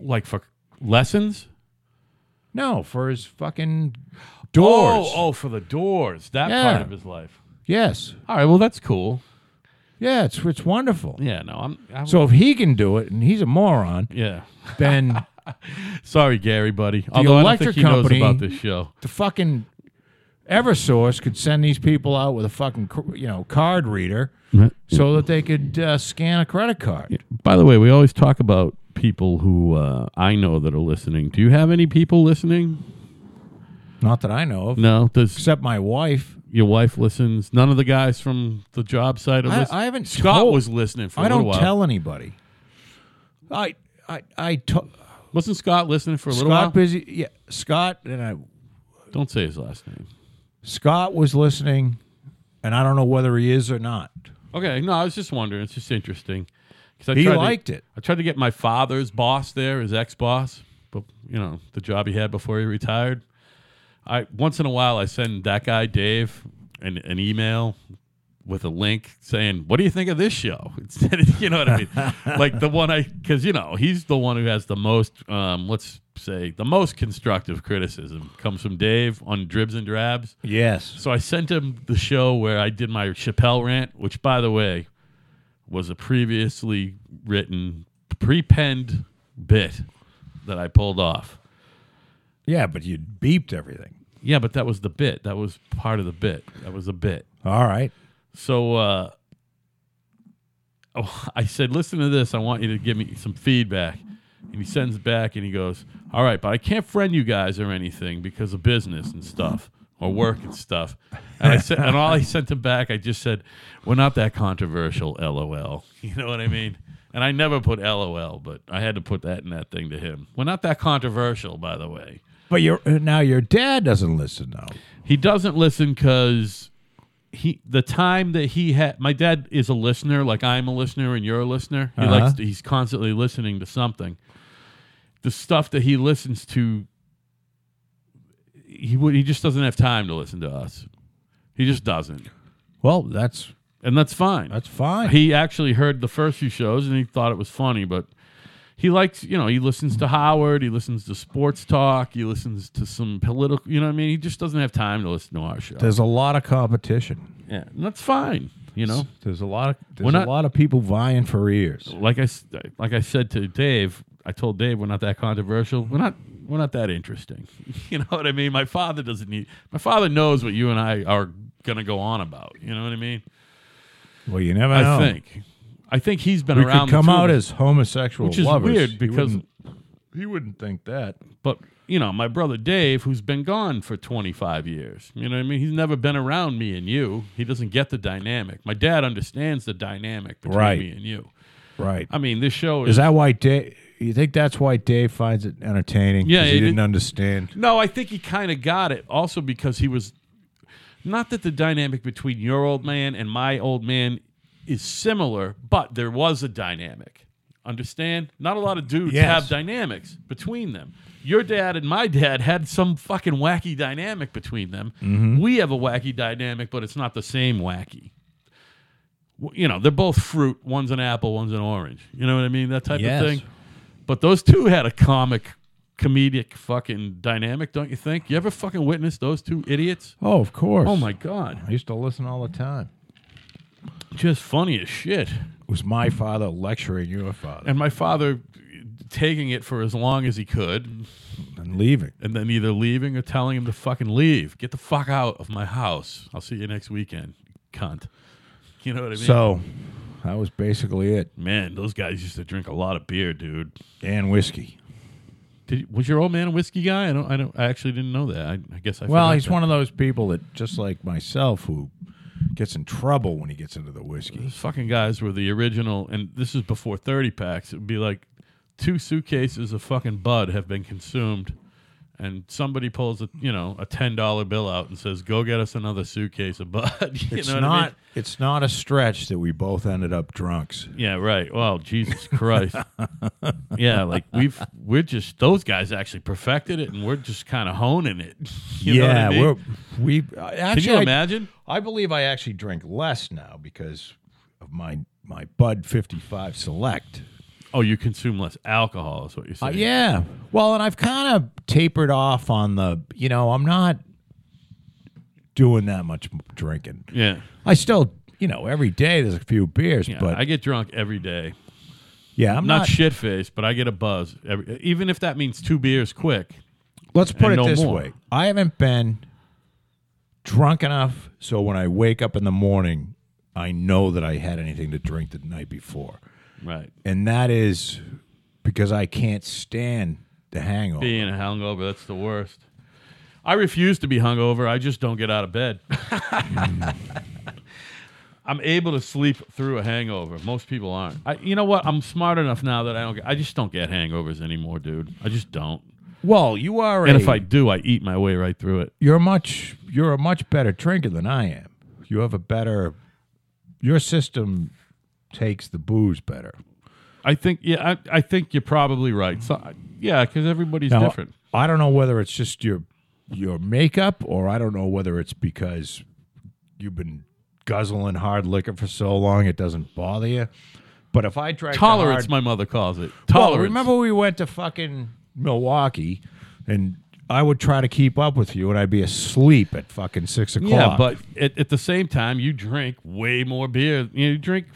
S1: like for lessons.
S2: No, for his fucking doors.
S1: Oh, oh, for the doors. That
S2: Yeah.
S1: part of his life.
S2: Yes.
S1: All right. Well, that's cool.
S2: Yeah, it's it's wonderful.
S1: Yeah. No, I'm. I,
S2: So if he can do it, and he's a moron,
S1: yeah.
S2: then
S1: Sorry, Gary, buddy. Although I don't think
S2: electric
S1: he knows
S2: company-
S1: about this show.
S2: the fucking EverSource could send these people out with a fucking cr- you know card reader, so that they could uh, scan a credit card.
S1: By the way, we always talk about people who uh, I know that are listening. Do you have any people listening?
S2: Not that I know of,
S1: No. Does
S2: except my wife.
S1: your wife listens? None of the guys from the job site are
S2: I,
S1: listening.
S2: I haven't.
S1: Scott
S2: told-
S1: was listening for a
S2: I
S1: little
S2: don't
S1: while.
S2: tell anybody. I I I to-
S1: Wasn't Scott listening for a little
S2: Scott
S1: while?
S2: busy. Yeah, Scott and I.
S1: Don't say his last name.
S2: Scott was listening, and I don't know whether he is or not.
S1: Okay, no, I was just wondering. It's just interesting. 'Cause I
S2: He
S1: tried to-
S2: liked it.
S1: I tried to get my father's boss there, his ex-boss, but you know the job he had before he retired. I once in a while I send that guy Dave an, an email with a link saying, "What do you think of this show?" Instead of you know what I mean, like the one I because you know he's the one who has the most um, let's say the most constructive criticism comes from Dave on Dribs and Drabs.
S2: Yes.
S1: So I sent him the show where I did my Chappelle rant, which, by the way, was a previously written, pre penned bit that I pulled off.
S2: Yeah, but you beeped everything.
S1: Yeah, but that was the bit. That was part of the bit. That was a bit.
S2: All right.
S1: So uh, oh, I said, listen to this. I want you to give me some feedback. And he sends back and he goes, all right, but I can't friend you guys or anything because of business and stuff or work and stuff. And I said, and all I sent him back, I just said, we're not that controversial, lol. You know what I mean? And I never put lol, but I had to put that in that thing to him. We're not that controversial, by the way.
S2: But your uh, now your dad doesn't listen though.
S1: He doesn't listen because he the time that he had. My dad is a listener, like I'm a listener and you're a listener. He
S2: Uh-huh.
S1: likes to- he's constantly listening to something. The stuff that he listens to, he would he just doesn't have time to listen to us. He just doesn't,
S2: Well, that's
S1: and that's fine.
S2: that's fine.
S1: He actually heard the first few shows and he thought it was funny, but he likes, you know, he listens to Howard, he listens to sports talk, he listens to some political, you know what I mean? He just doesn't have time to listen to our show.
S2: there's a lot of competition.
S1: yeah, and that's fine, you know.
S2: There's a lot of
S1: We're
S2: there's
S1: not-
S2: a lot of people vying for ears.
S1: Like I s- like I said to Dave, I told Dave we're not that controversial. We're not we're not that interesting. You know what I mean? My father doesn't need My father knows what you and I are going to go on about, you know what I mean?
S2: Well, you never know.
S1: I think I think he's been
S2: we
S1: around
S2: could
S1: the
S2: come
S1: two
S2: out
S1: of us.
S2: as homosexual
S1: Which is
S2: lovers.
S1: weird
S2: He
S1: because-
S2: wouldn't- he wouldn't think that.
S1: But you know, my brother Dave, who's been gone for 25 years, you know what I mean? He's never been around me and you. He doesn't get the dynamic. My dad understands the dynamic between
S2: Right.
S1: me and you.
S2: Right.
S1: I mean, this show is,
S2: Is that why Dave? You think that's why Dave finds it entertaining?
S1: Yeah,
S2: 'Cause he
S1: he
S2: didn't
S1: did-
S2: understand.
S1: No, I think he kind of got it also because he was not that the dynamic between your old man and my old man is similar, but there was a dynamic. Understand? Not a lot of dudes
S2: Yes.
S1: have dynamics between them. Your dad and my dad had some fucking wacky dynamic between them. We have a wacky dynamic, but it's not the same wacky. W- You know, they're both fruit. One's an apple, one's an orange. You know what I mean? That type
S2: Yes.
S1: of thing. But those two had a comic, comedic fucking dynamic, don't you think? You ever fucking witnessed those two idiots?
S2: Oh, of course.
S1: Oh my god,
S2: I used to listen all the time.
S1: just funny as shit.
S2: It was my father lecturing your father
S1: And my father taking it for as long as he could,
S2: and leaving.
S1: and then either leaving or telling him to fucking leave. Get the fuck out of my house. I'll see you next weekend, cunt. You know what I mean?
S2: So that was basically it.
S1: Man, those guys used to drink a lot of beer, dude.
S2: And whiskey.
S1: Did, was your old man a whiskey guy? I don't. I don't. I actually didn't know that. I, I guess I.
S2: Well,
S1: forgot
S2: he's
S1: that.
S2: one of those people that, just like myself, who gets in trouble when he gets into the whiskey.
S1: Those fucking guys were the original, and this is before 30 packs. It would be like two suitcases of fucking bud have been consumed and somebody pulls a you know a ten dollar bill out and says, "Go get us another suitcase of bud." you
S2: it's
S1: know what I
S2: not.
S1: mean?
S2: It's not a stretch that we both ended up drunks.
S1: Yeah, right. Well, Jesus Christ. yeah, like we've we're just those guys actually perfected it, and we're just kind of honing it. You know what I mean?
S2: we're we uh,
S1: Can
S2: actually.
S1: you
S2: I-
S1: imagine?
S2: I believe I actually drink less now because of my my Bud 55 Select.
S1: Oh, you consume less alcohol is what you're
S2: Uh,
S1: saying.
S2: yeah. Well, and I've kind of tapered off on the, you know, I'm not doing that much m- drinking.
S1: yeah.
S2: I still, you know, every day there's a few beers,
S1: Yeah,
S2: but
S1: I get drunk every day.
S2: yeah, I'm
S1: Not,
S2: not.
S1: shit faced, but I get a buzz. Every, even if that means two beers quick.
S2: let's put
S1: and
S2: it
S1: no
S2: this
S1: more.
S2: way I haven't been drunk enough so when I wake up in the morning, I know that I had anything to drink the night before.
S1: Right.
S2: and that is because I can't stand the hangover.
S1: Being hungover, that's the worst. I refuse to be hungover. I just don't get out of bed. I'm able to sleep through a hangover. Most people aren't. I, you know what? I'm smart enough now that I don't. Get, I just don't get hangovers anymore, dude. I just don't.
S2: well, you are.
S1: And
S2: a-
S1: if I do, I eat my way right through it.
S2: you're much, you're a much better drinker than I am. You have a better, your system takes the booze better.
S1: I think. Yeah, I, I think you're probably right. So, yeah, because everybody's
S2: Now,
S1: different.
S2: I don't know whether it's just your your makeup, or I don't know whether it's because you've been guzzling hard liquor for so long it doesn't bother you. But if I drank a
S1: Tolerance,
S2: hard-
S1: my mother calls it.
S2: Well,
S1: Tolerance.
S2: remember we went to fucking Milwaukee, and I would try to keep up with you, and I'd be asleep at fucking six o'clock.
S1: Yeah, but at, at the same time, you drink way more beer. You drink,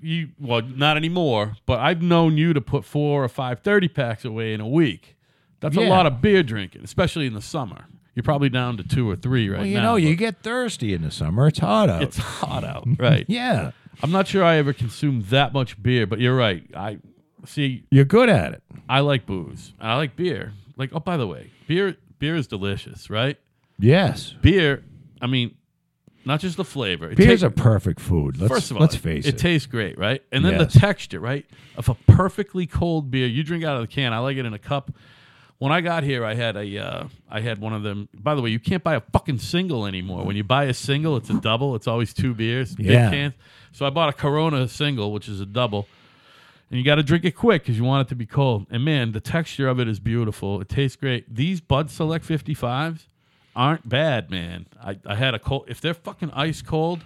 S1: you well, not anymore. But I've known you to put four or five 30 packs away in a week. That's a
S2: Yeah.
S1: lot of beer drinking, especially in the summer. You're probably down to two or three right
S2: Well, you
S1: now.
S2: know, you
S1: but
S2: get thirsty in the summer. It's hot out.
S1: it's hot out, right?
S2: yeah,
S1: I'm not sure I ever consumed that much beer, but you're right. I see.
S2: you're good at it.
S1: I like booze. I like beer. Like, oh, by the way, beer beer is delicious, right?
S2: Yes,
S1: Beer. I mean, not just the flavor. It
S2: beers
S1: ta-
S2: are perfect food. Let's,
S1: First of all,
S2: let's face it.
S1: tastes great, right? And then
S2: Yes.
S1: the texture, right, of a perfectly cold beer. You drink out of the can. I like it in a cup. When I got here, I had a, uh, I had one of them. By the way, you can't buy a fucking single anymore. When you buy a single, it's a double. It's always two beers, big
S2: Yeah.
S1: cans. So I bought a Corona single, which is a double, and you got to drink it quick because you want it to be cold. And man, the texture of it is beautiful. It tastes great. These Bud Select 55s aren't bad, man. I, I had a cold. If they're fucking ice cold,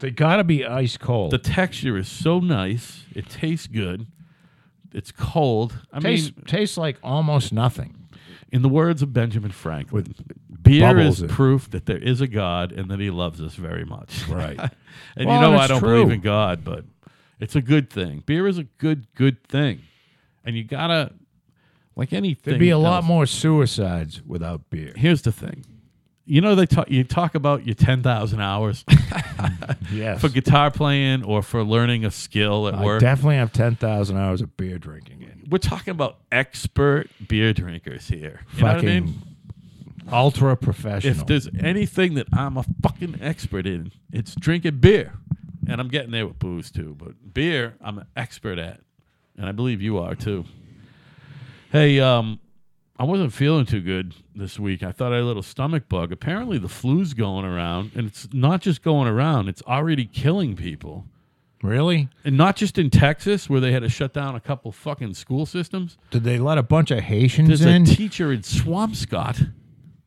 S2: they gotta be ice cold.
S1: the texture is so nice. It tastes good. It's cold. I
S2: tastes
S1: mean,
S2: tastes like almost nothing.
S1: in the words of Benjamin Franklin, beer
S2: bubbles
S1: is
S2: in it.
S1: proof that there is a God and that he loves us very much.
S2: Right.
S1: and
S2: Well,
S1: you know,
S2: and
S1: I
S2: it's
S1: don't believe
S2: true.
S1: in God, but it's a good thing. Beer is a good, good thing. And you got to, like anything.
S2: There'd be a lot
S1: else-
S2: more suicides without beer.
S1: Here's the thing. You know, they talk, you talk about your 10,000 hours
S2: Yes,
S1: for guitar playing or for learning a skill at
S2: I
S1: work.
S2: definitely have ten thousand hours of beer drinking in.
S1: we're talking about expert beer drinkers here. You know what I
S2: fucking
S1: mean?
S2: ultra professional.
S1: If there's anything that I'm a fucking expert in, it's drinking beer. And I'm getting there with booze too, but beer I'm an expert at. And I believe you are too. Hey, um, I wasn't feeling too good this week. I thought I had a little stomach bug. Apparently the flu's going around, and it's not just going around, it's already killing people.
S2: really,
S1: And not just in Texas where they had to shut down a couple fucking school systems.
S2: did they let a bunch of Haitians
S1: There's
S2: in?
S1: a teacher in Swampscott,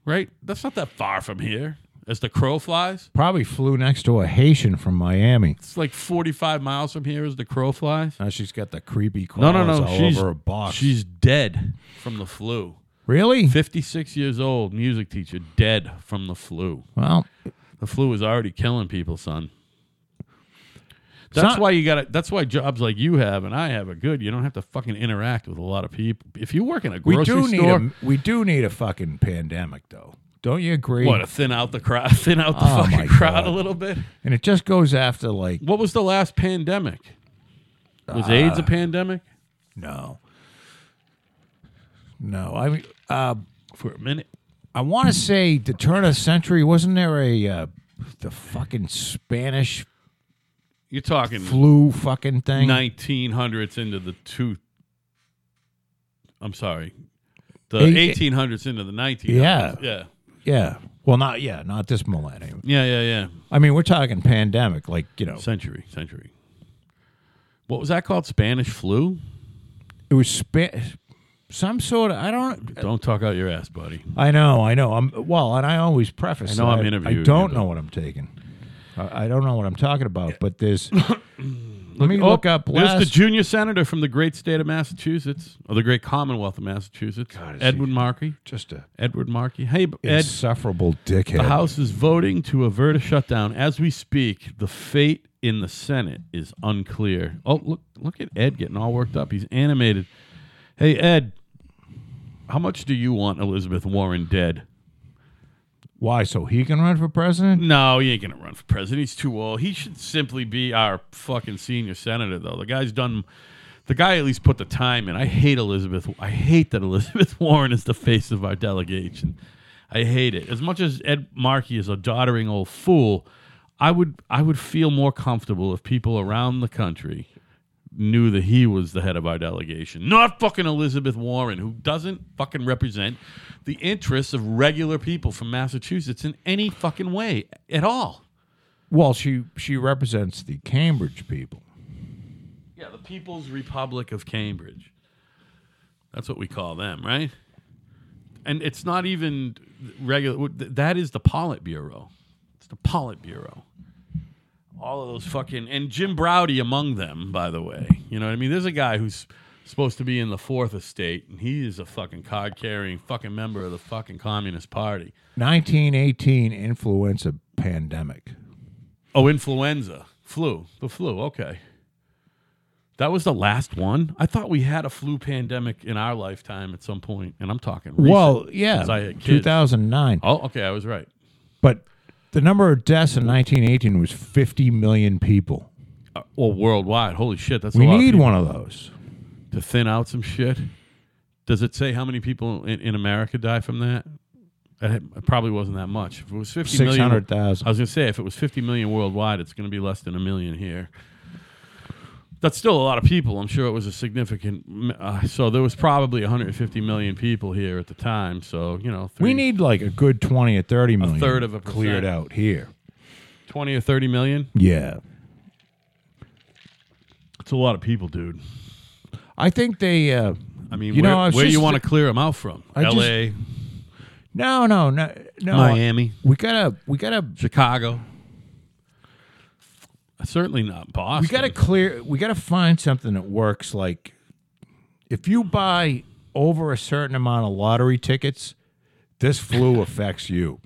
S1: right? That's not that far from here. As the crow flies,
S2: Probably flew next to a Haitian from Miami.
S1: it's like 45 miles from here as the crow flies.
S2: Now she's got the creepy
S1: No,
S2: crawlers
S1: no, no.
S2: Oh, all
S1: She's,
S2: over her box.
S1: she's dead from the flu.
S2: really
S1: 56 years old, music teacher, dead from the flu.
S2: well.
S1: The flu is already killing people, son. That's
S2: not-
S1: why you got to That's why jobs like you have and I have are good. You don't have to fucking interact with a lot of people. If you work in a
S2: We
S1: grocery
S2: do need
S1: store,
S2: a we do need a fucking pandemic though. Don't you agree?
S1: what to thin out the crowd, thin out the
S2: Oh, my
S1: fucking crowd a
S2: God.
S1: little bit.
S2: and it just goes after like
S1: What was the last pandemic? Was AIDS a pandemic?
S2: no, no. I mean, uh,
S1: For a minute.
S2: I want to say the turn of the century wasn't there a uh, the fucking Spanish
S1: You're talking
S2: flu fucking thing?
S1: 1900s into the two. I'm sorry. the
S2: Hey,
S1: 1800s into the 1900s. yeah,
S2: Yeah. Well, not yeah, not this millennium.
S1: yeah, yeah, yeah.
S2: I mean, we're talking pandemic, like you know,
S1: Century, century. What was that called? Spanish flu?
S2: it was spa- some sort of. I don't.
S1: Don't talk out your ass, buddy.
S2: I know. I know. I'm well, and I always preface.
S1: I know
S2: that
S1: I'm
S2: I
S1: interviewing
S2: don't
S1: you,
S2: know
S1: but-
S2: what I'm taking. I, I don't know what I'm talking about. But there's. let me
S1: Oh,
S2: look up
S1: There's
S2: last.
S1: the junior senator from the great state of Massachusetts, or the great Commonwealth of Massachusetts,
S2: God, is
S1: Edward
S2: he-
S1: Markey.
S2: just a
S1: Edward Markey. Hey, b- Ed,
S2: insufferable dickhead.
S1: the House is voting to avert a shutdown. As we speak, the fate in the Senate is unclear. Oh, look, look at Ed getting all worked up. He's animated. Hey, Ed, how much do you want Elizabeth Warren dead?
S2: Why? So he can run for president?
S1: No, he ain't gonna run for president. He's too old. He should simply be our fucking senior senator, though. The guy's done. The guy at least put the time in. I hate Elizabeth. I hate that Elizabeth Warren is the face of our delegation. I hate it as much as Ed Markey is a doddering old fool. I would I would feel more comfortable if people around the country knew that he was the head of our delegation, not fucking Elizabeth Warren, who doesn't fucking represent the interests of regular people from Massachusetts in any fucking way at all.
S2: Well, she she represents the Cambridge people.
S1: Yeah, the People's Republic of Cambridge. That's what we call them, right? And it's not even regular. That is the Politburo. It's the Politburo. All of those fucking and Jim Browdy among them, by the way. You know what I mean? There's a guy who's supposed to be in the fourth estate, and he is a fucking card carrying fucking member of the fucking Communist Party.
S2: 1918 influenza pandemic.
S1: Oh, influenza, flu, the flu. Okay, that was the last one. I thought we had a flu pandemic in our lifetime at some point, and I'm talking. Recent,
S2: well, yeah,
S1: since I had kids.
S2: 2009.
S1: Oh, okay, I was right.
S2: But the number of deaths in 1918 was 50 million people.
S1: Uh, well, worldwide, holy shit, that's
S2: We
S1: a lot of
S2: need
S1: people
S2: one of those.
S1: to thin out some shit. Does it say how many people in, in America die from that? That had- It probably wasn't that much. If it was fifty million,
S2: 600,000.
S1: I was gonna say if it was 50 million worldwide, it's gonna be less than a million here. That's still a lot of people. I'm sure it was a significant. m- Uh, so there was probably 150 million people here at the time. So you know,
S2: We
S1: three-
S2: need like a good 20 or 30 million
S1: third of a percent.
S2: cleared out here.
S1: 20 or 30 million.
S2: Yeah.
S1: It's a lot of people, dude.
S2: I think they uh
S1: I mean,
S2: You
S1: where,
S2: know, I was
S1: where you
S2: just-
S1: want to clear them out from?
S2: I just-
S1: L.A.,
S2: no, no, no, no.
S1: Miami,
S2: We got to we got to
S1: Chicago. Certainly not Boston.
S2: we got to clear we got to find something that works like if you buy over a certain amount of lottery tickets this flu affects you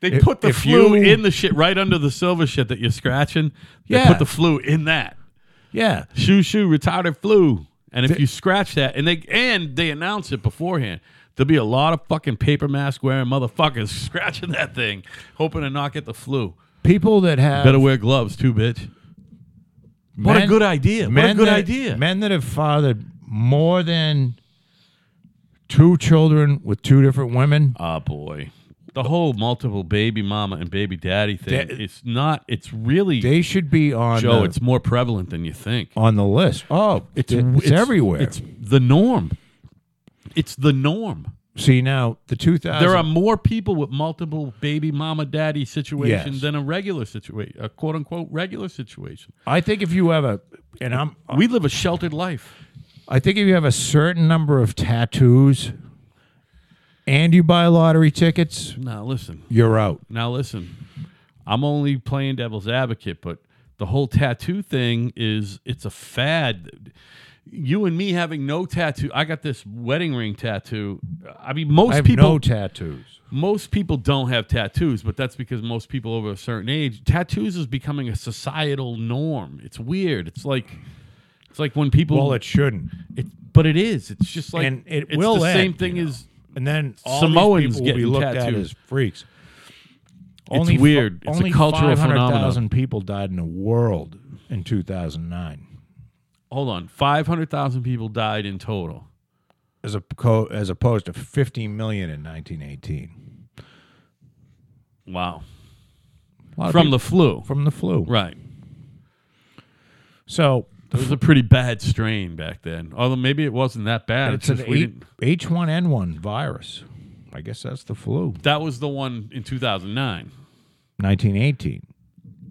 S1: They
S2: If-
S1: put the
S2: if
S1: flu
S2: you-
S1: in the shit right under the silver shit that you're scratching. They
S2: Yeah.
S1: put the flu in that.
S2: yeah
S1: shoo shoo retarded flu. And if
S2: Th-
S1: you scratch that, and they and they announce it beforehand, there'll be a lot of fucking paper mask wearing motherfuckers scratching that thing, hoping to not get the flu.
S2: people that have
S1: Better wear gloves too, bitch. What a
S2: men-
S1: good idea! What a
S2: men
S1: good
S2: that-
S1: idea!
S2: men that have fathered more than two children with two different women
S1: Ah, boy, the whole multiple baby mama and baby daddy thing
S2: That-
S1: its not. It's really
S2: they should be on
S1: Joe.
S2: the,
S1: it's more prevalent than you think.
S2: on the list oh it's it's, everywhere
S1: It's the norm. It's the norm.
S2: see now the 2000
S1: There are more people with multiple baby mama daddy situation
S2: Yes.
S1: than a regular situation, a quote unquote regular situation.
S2: i think if you have a and i'm
S1: We live a sheltered life.
S2: I think if you have a certain number of tattoos and you buy lottery tickets,
S1: Now listen,
S2: you're out.
S1: now listen. I'm only playing devil's advocate, but the whole tattoo thing is it's a fad. You and me having no tattoo. I got this wedding ring tattoo. I mean, most
S2: I have
S1: people
S2: no tattoos.
S1: most people don't have tattoos, but that's because most people over a certain age, tattoos is becoming a societal norm. It's weird. It's like it's like when people
S2: Well, it shouldn't.
S1: it, but it is. It's just like
S2: And it
S1: it's
S2: will
S1: the
S2: end,
S1: same thing
S2: you know.
S1: as
S2: And then all
S1: Samoans
S2: these people will be
S1: getting
S2: looked at
S1: tattoos.
S2: as freaks.
S1: It's weird. It's a cultural phenomenon.
S2: 500,000 people died in the world in 2009
S1: hold on, 500,000 people died in total.
S2: as, a co- as opposed to 50 million in 1918.
S1: Wow.
S2: A lot of
S1: From
S2: people-
S1: the flu.
S2: from the flu.
S1: Right.
S2: So
S1: That was a pretty bad strain back then. Although maybe it wasn't that bad. It's
S2: it's an
S1: just we didn't-
S2: H one N one virus. I guess that's the flu.
S1: that was the one in 2009.
S2: Nineteen eighteen.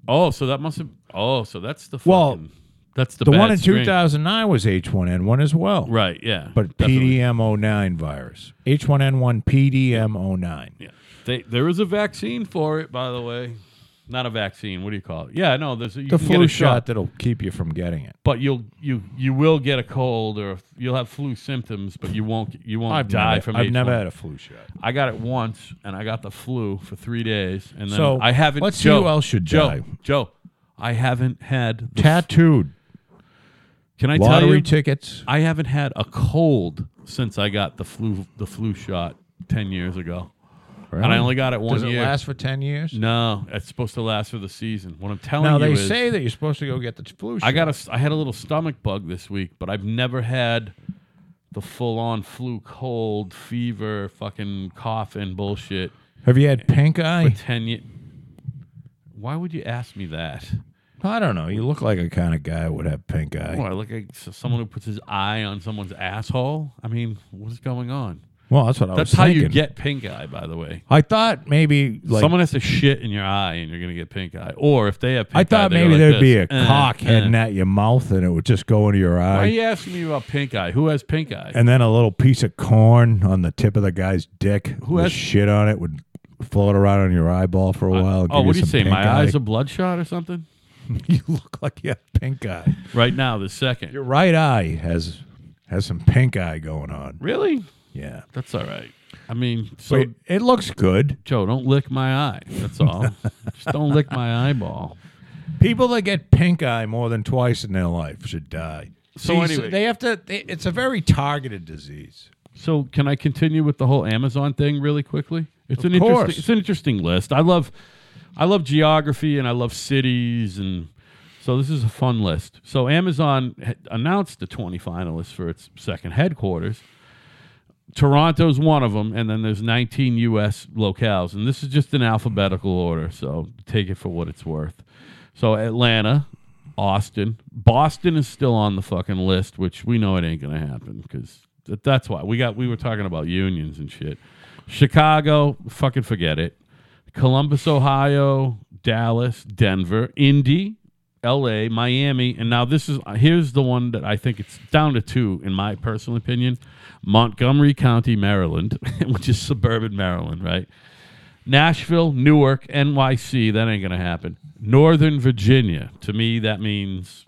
S1: Oh, so that must have. Oh, so that's the.
S2: Well,
S1: fucking- that's the
S2: The
S1: bad
S2: one in
S1: strain.
S2: two thousand nine was H one N one as well.
S1: Right. Yeah.
S2: But
S1: definitely.
S2: PDM 09 virus. H one N one PDM 09.
S1: Yeah. They, there is a vaccine for it, by the way. Not a vaccine. What do you call it? Yeah, no. There's a, you
S2: The
S1: can get
S2: flu
S1: a
S2: shot that'll keep you from getting it.
S1: but you'll you you will get a cold or you'll have flu symptoms, but you won't you won't
S2: I've
S1: die
S2: never,
S1: from.
S2: I've
S1: H1.
S2: never had a flu shot.
S1: I got it once, and I got the flu for three days, and then
S2: So,
S1: I haven't.
S2: let's see
S1: Joe,
S2: who else should
S1: Joe,
S2: die.
S1: Joe, I haven't had. The,
S2: Tattooed
S1: can I tell
S2: lottery
S1: you?
S2: tickets.
S1: I haven't had a cold since I got the flu the flu shot ten years ago, and I only got it one
S2: Does it
S1: year.
S2: last for ten years?
S1: No, it's supposed to last for the season. What I'm telling
S2: Now
S1: you
S2: they
S1: is,
S2: say that you're supposed to go get the flu shot.
S1: I got a I had a little stomach bug this week, but I've never had the full on flu, cold, fever, fucking cough and bullshit
S2: Have you had pink
S1: for
S2: eye?
S1: ten years. Why would you ask me that?
S2: I don't know. You look like a kind of guy who would have pink eye.
S1: Well, I look like s- someone who puts his eye on someone's asshole. I mean, what is going on?
S2: Well, that's what I
S1: That's
S2: was
S1: how
S2: thinking.
S1: you get pink eye, by the way.
S2: I thought maybe like
S1: Someone has to shit in your eye, and you're gonna get pink eye. Or if they have, pink
S2: I thought
S1: eye, they go
S2: maybe
S1: like
S2: there'd be a
S1: this. Uh,
S2: cock
S1: uh.
S2: heading at your mouth and it would just go into your eye,
S1: Why are you asking me about pink eye? Who has pink eye?
S2: and then a little piece of corn on the tip of the guy's dick
S1: Who
S2: with
S1: has-
S2: shit on it would float around on your eyeball for a while. and
S1: oh,
S2: give
S1: what do you
S2: some
S1: say?
S2: pink
S1: My
S2: eye.
S1: eyes are bloodshot or something?
S2: you look like you have pink eye.
S1: Right now, the second.
S2: Your right eye has has some pink eye going on.
S1: really?
S2: Yeah.
S1: That's all right. I mean, so
S2: So it, it looks good.
S1: Joe, don't lick my eye. That's all. Just don't lick my eyeball.
S2: People that get pink eye more than twice in their life should die.
S1: So
S2: See,
S1: anyway-
S2: they have to. They, it's a very targeted disease.
S1: So, can I continue with the whole Amazon thing really quickly? It's an
S2: course.
S1: interesting. It's an interesting list. I love, I love geography and I love cities, and so this is a fun list. So Amazon ha- announced the 20 finalists for its second headquarters. Toronto's one of them, and then there's 19 U.S. locales, and this is just in alphabetical order. So take it for what it's worth. So Atlanta, Austin, Boston is still on the fucking list, which we know it ain't gonna happen because that's why we got we were talking about unions and shit. Chicago, fucking forget it. Columbus, Ohio, Dallas, Denver, Indy, L.A., Miami, and now this is here's the one that I think it's down to two in my personal opinion: Montgomery County, Maryland, which is suburban Maryland, right? Nashville, Newark, NYC. That ain't gonna happen. Northern Virginia. To me, that means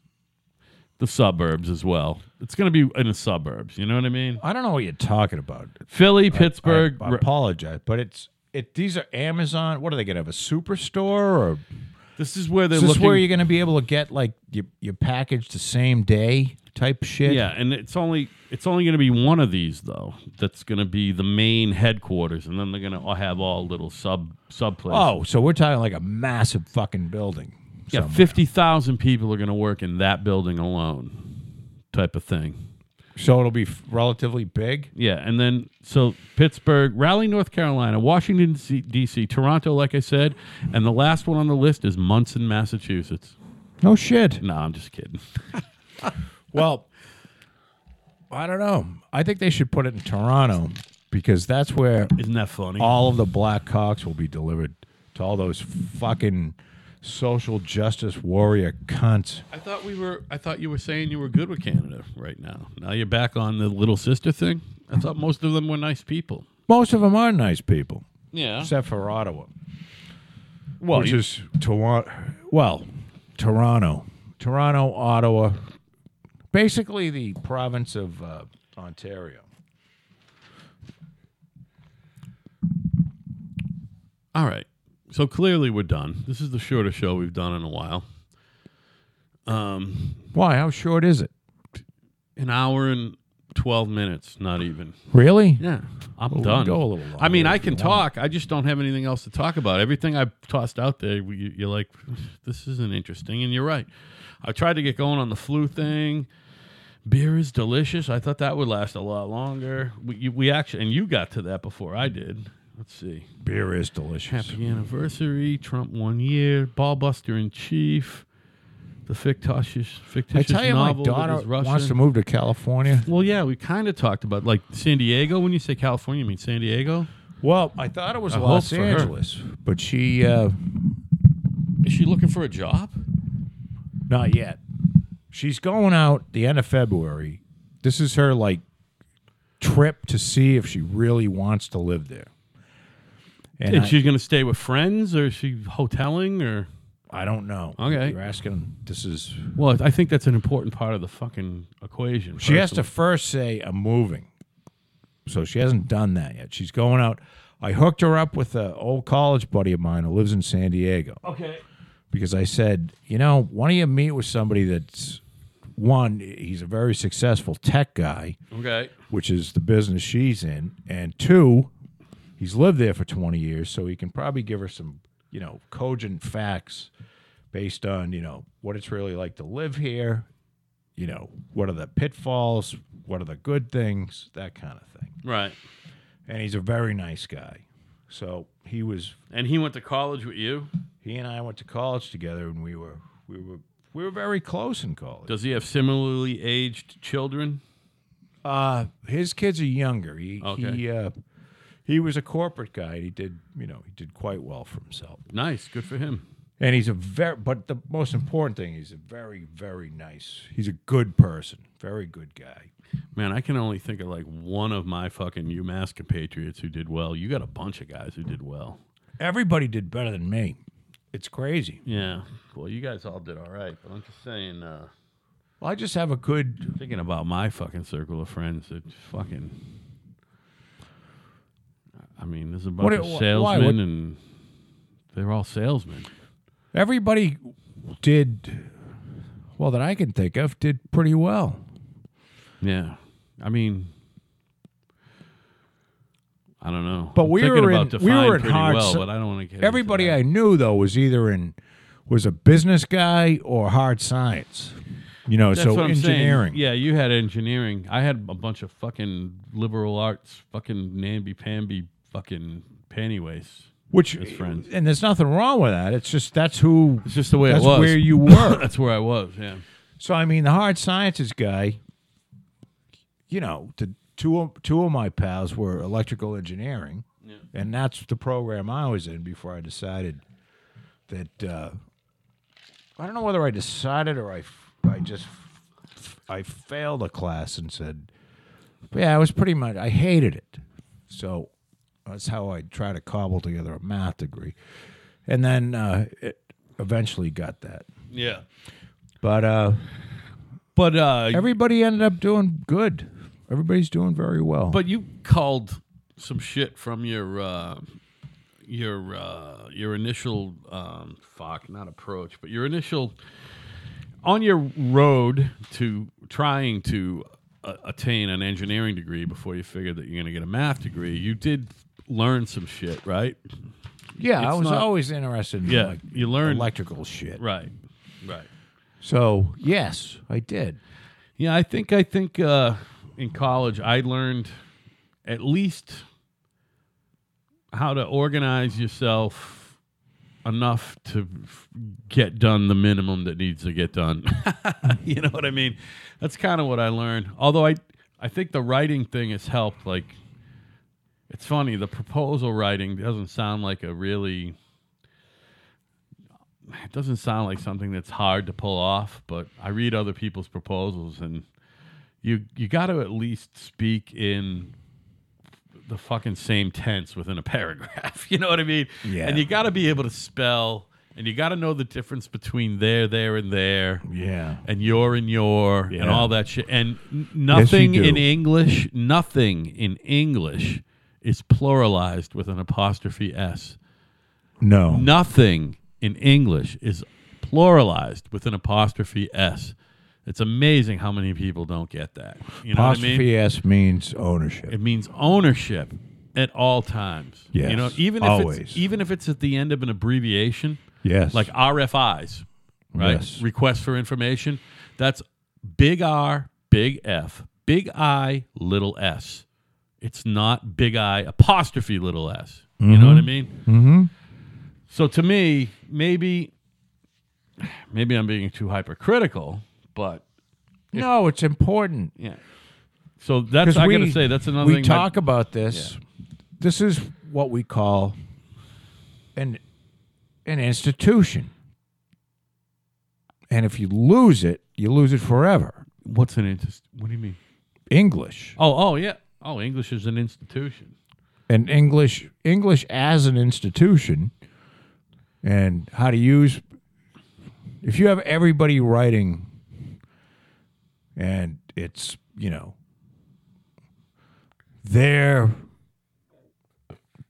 S1: the suburbs as well. It's gonna be in the suburbs. You know what I mean?
S2: I don't know what you're talking about.
S1: Philly, Pittsburgh.
S2: I, I
S1: Re-
S2: apologize, but it's it. These are Amazon. What are they gonna have a superstore or
S1: this is where they're
S2: is this
S1: looking.
S2: where you're gonna be able to get like your your package the same day type shit?
S1: yeah, and it's only it's only gonna be one of these though. That's gonna be the main headquarters, and then they're gonna all have all little sub sub places.
S2: Oh, so we're talking like a massive fucking building.
S1: yeah,
S2: somewhere.
S1: fifty thousand people are gonna work in that building alone, type of thing.
S2: So it'll be f- relatively big.
S1: Yeah, and then so Pittsburgh, Raleigh, North Carolina, Washington C- D.C., Toronto, like I said, and the last one on the list is Munson, Massachusetts.
S2: No shit.
S1: No, I'm just kidding.
S2: Well, I don't know. I think they should put it in Toronto because that's where
S1: Isn't that funny?
S2: all of the black cocks will be delivered to all those fucking social justice warrior cunts.
S1: I thought we were. I thought you were saying you were good with Canada right now. Now you're back on the little sister thing. I thought most of them were nice people.
S2: Most of them are nice people,
S1: Yeah.
S2: except for Ottawa,
S1: Well,
S2: which
S1: you-
S2: is Toronto. Well, Toronto, Toronto, Ottawa, basically the province of uh, Ontario.
S1: All right. So clearly we're done. This is the shortest show we've done in a while. Um,
S2: Why? How short is it?
S1: an hour and twelve minutes, not even.
S2: Really?
S1: Yeah, I'm
S2: we
S1: done.
S2: can go a little longer
S1: I mean, I
S2: if
S1: can
S2: you want.
S1: talk. I just don't have anything else to talk about. Everything I tossed out there, you, you're like, this isn't interesting, and you're right. I tried to get going on the flu thing. Beer is delicious. I thought that would last a lot longer. We, you, we actually, and you got to that before I did. Let's see.
S2: Beer is delicious.
S1: Happy anniversary, Trump one year, ball buster in chief, the fictitious
S2: I
S1: fictitious
S2: tell you, my
S1: novel
S2: daughter
S1: that is Russian.
S2: wants to move to California.
S1: well, yeah, we kind of talked about like San Diego. When you say California, you mean San Diego?
S2: Well, I thought it was
S1: I hope
S2: Los
S1: for her.
S2: Angeles, but she uh,
S1: Is she looking for a job?
S2: not yet. She's going out the end of February. This is her like trip to see if she really wants to live there. And,
S1: And,
S2: I,
S1: she's going to stay with friends, or is she hoteling, or?
S2: I don't know.
S1: Okay.
S2: you're asking. This is
S1: Well, I think that's an important part of the fucking equation.
S2: She has to
S1: personally.
S2: first say, I'm moving. So she hasn't done that yet. She's going out. I hooked her up with an old college buddy of mine who lives in San Diego
S1: Okay.
S2: because I said, you know, why don't you meet with somebody that's one, he's a very successful tech guy,
S1: Okay.
S2: which is the business she's in, and two, he's lived there for 20 years, so he can probably give her some, you know, cogent facts based on, you know, what it's really like to live here, you know, what are the pitfalls, what are the good things, that kind of thing.
S1: Right.
S2: And he's a very nice guy. So, he was
S1: And he went to college with you.
S2: he and I went to college together and we were we were we were very close in college.
S1: Does he have similarly aged children?
S2: Uh, his kids are younger. He
S1: Okay.
S2: he uh, he was a corporate guy. and He did you know he did quite well for himself.
S1: Nice. Good for him.
S2: And he's a very but the most important thing he's a very very nice. He's a good person. Very good guy.
S1: Man, I can only think of like one of my fucking UMass compatriots who did well. You got a bunch of guys who did well.
S2: Everybody did better than me. It's crazy.
S1: Yeah. Well, you guys all did all right, but I'm just saying, uh,
S2: Well, I just have a good.
S1: thinking about my fucking circle of friends, it fucking. I mean, there's a bunch
S2: What-
S1: of
S2: wh- why?
S1: salesmen,
S2: What-
S1: and they're all salesmen.
S2: Everybody did well that I can think of. Did pretty well.
S1: Yeah. I mean, I don't know.
S2: But we
S1: thinking
S2: were
S1: about
S2: in- we
S1: defined
S2: were in
S1: pretty
S2: hard
S1: well,
S2: so-
S1: but I don't want to get into
S2: Everybody
S1: that.
S2: I knew though was either in was a business guy or hard science. You know,
S1: That's
S2: so
S1: what I'm
S2: engineering.
S1: Saying. Yeah, you had engineering. I had a bunch of fucking liberal arts, fucking namby pamby, fucking panty waist.
S2: which
S1: As friends.
S2: and there's nothing wrong with that. It's just that's who.
S1: It's just the way
S2: That's
S1: it was.
S2: where you were.
S1: That's where I was. Yeah.
S2: So I mean, the hard sciences guy. You know, the two of, two of my pals were electrical engineering, and that's the program I was in before I decided that. Uh, I don't know whether I decided or I f- I just f- I failed a class and said, yeah, I was pretty much I hated it. So that's how I try to cobble together a math degree, and then uh, it eventually got that.
S1: Yeah.
S2: But uh,
S1: But uh,
S2: everybody ended up doing good. Everybody's doing very well.
S1: but you called some shit from your uh, your uh, your initial um, fuck not approach, but your initial on your road to trying to uh, attain an engineering degree before you figured that you're going to get a math degree. You did learn some shit, right?
S2: yeah, I
S1: it's
S2: was
S1: not-
S2: always interested in
S1: Yeah,
S2: like
S1: you learned
S2: electrical shit.
S1: right, right.
S2: So yes, I did.
S1: Yeah, I think I think uh, in college I learned at least how to organize yourself enough to f- get done the minimum that needs to get done. you know what I mean? That's kind of what I learned. Although I I think the writing thing has helped like it's funny, the proposal writing doesn't sound like a really it doesn't sound like something that's hard to pull off, but I read other people's proposals and you you got to at least speak in the fucking same tense within a paragraph. You know what I mean?
S2: Yeah.
S1: And you got to be able to spell and you got to know the difference between there, there and there
S2: Yeah.
S1: and your and your
S2: Yeah.
S1: and all that shit and n- nothing
S2: do.
S1: in English, nothing in English is pluralized with an apostrophe s.
S2: No.
S1: Nothing in English is pluralized with an apostrophe s. It's amazing how many people don't get that. You know what I mean?
S2: Apostrophe S means ownership.
S1: It means ownership at all times. You
S2: Yes,
S1: know, even if
S2: always.
S1: it's even if it's at the end of an abbreviation,
S2: yes.
S1: like RFIs, right?
S2: Yes.
S1: Requests for information. That's big R, big F, big I, little s. It's not big I apostrophe little
S2: Mm-hmm.
S1: s. You know what I mean? Mm-hmm. So to me, maybe maybe I'm being too hypercritical, but
S2: no, it's important.
S1: yeah. So that's I gotta say that's another
S2: we
S1: thing. my-
S2: talk about this. This is what we call an an institution. And if you lose it, you lose it forever.
S1: what's an interest? What do you mean?
S2: English
S1: Oh, oh yeah. Oh, English is an institution.
S2: and English English as an institution and how to use if you have everybody writing and it's, you know, their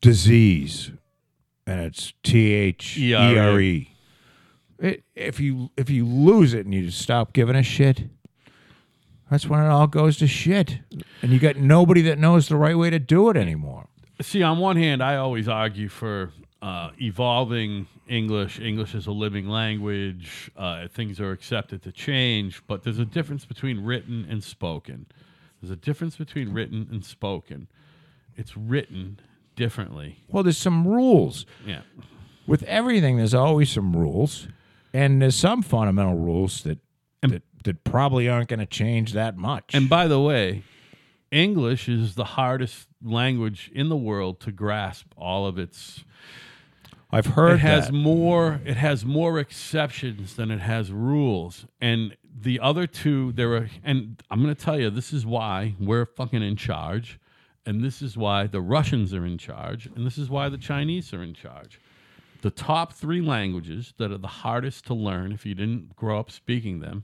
S2: disease and it's T H E R E. It- If you if you lose it and you just stop giving a shit, that's when it all goes to shit. And you got nobody that knows the right way to do it anymore.
S1: See, on one hand, I always argue for uh, evolving English. English is a living language. Uh, things are accepted to change, but there's a difference between written and spoken. There's a difference between written and spoken. It's written differently.
S2: Well, there's some rules.
S1: Yeah.
S2: With everything, there's always some rules, and there's some fundamental rules that that, that probably aren't going to change that much.
S1: And by the way, English is the hardest language in the world to grasp all of its
S2: I've heard
S1: it has
S2: that.
S1: more it has more exceptions than it has rules and the other two there are and i'm going to tell you this is why we're fucking in charge and this is why the russians are in charge and this is why the chinese are in charge the top three languages that are the hardest to learn if you didn't grow up speaking them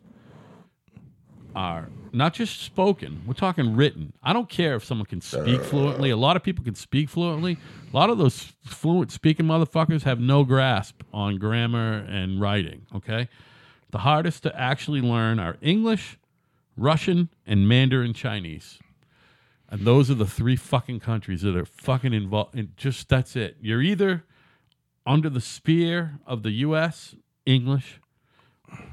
S1: are not just spoken we're talking written i don't care if someone can speak fluently a lot of people can speak fluently a lot of those fluent speaking motherfuckers have no grasp on grammar and writing okay the hardest to actually learn are english russian and mandarin chinese and those are the three fucking countries that are fucking involved. And just that's it. You're either under the sphere of the U.S. English,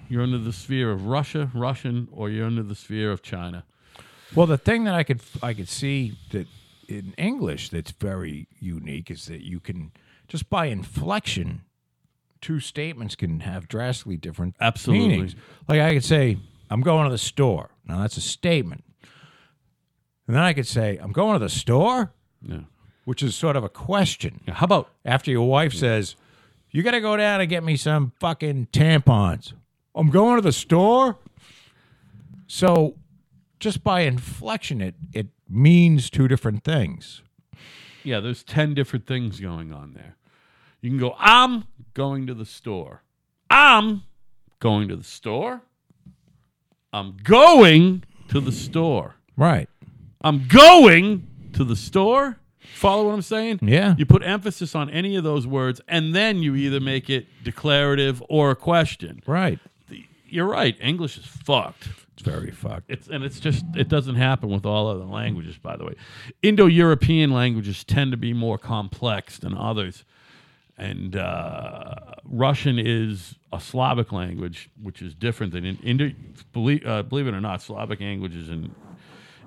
S1: you're under the sphere of Russia Russian, or you're under the sphere of China.
S2: Well, the thing that I could I could see that in English that's very unique is that you can just by inflection, two statements can have drastically different
S1: Absolutely.
S2: meanings. Like I could say, "I'm going to the store." Now that's a statement, and then I could say, "I'm going to the store,"
S1: Yeah.
S2: which is sort of a question.
S1: Yeah, How about
S2: after your wife says, "You got to go down and get me some fucking tampons." I'm going to the store. So, just by inflection, it it means two different things.
S1: yeah? There's ten different things going on there. You can go. I'm going to the store. I'm going to the store. I'm going to the store.
S2: Right.
S1: I'm going to the store. Follow what I'm saying?
S2: Yeah.
S1: You put emphasis on any of those words, and then you either make it declarative or a question.
S2: Right.
S1: You're right. English is fucked.
S2: It's very fucked.
S1: It's and it's just it doesn't happen with all other languages. By the way, Indo-European languages tend to be more complex than others, and uh, Russian is a Slavic language, which is different than in Indo. Believe, uh, believe it or not, Slavic languages and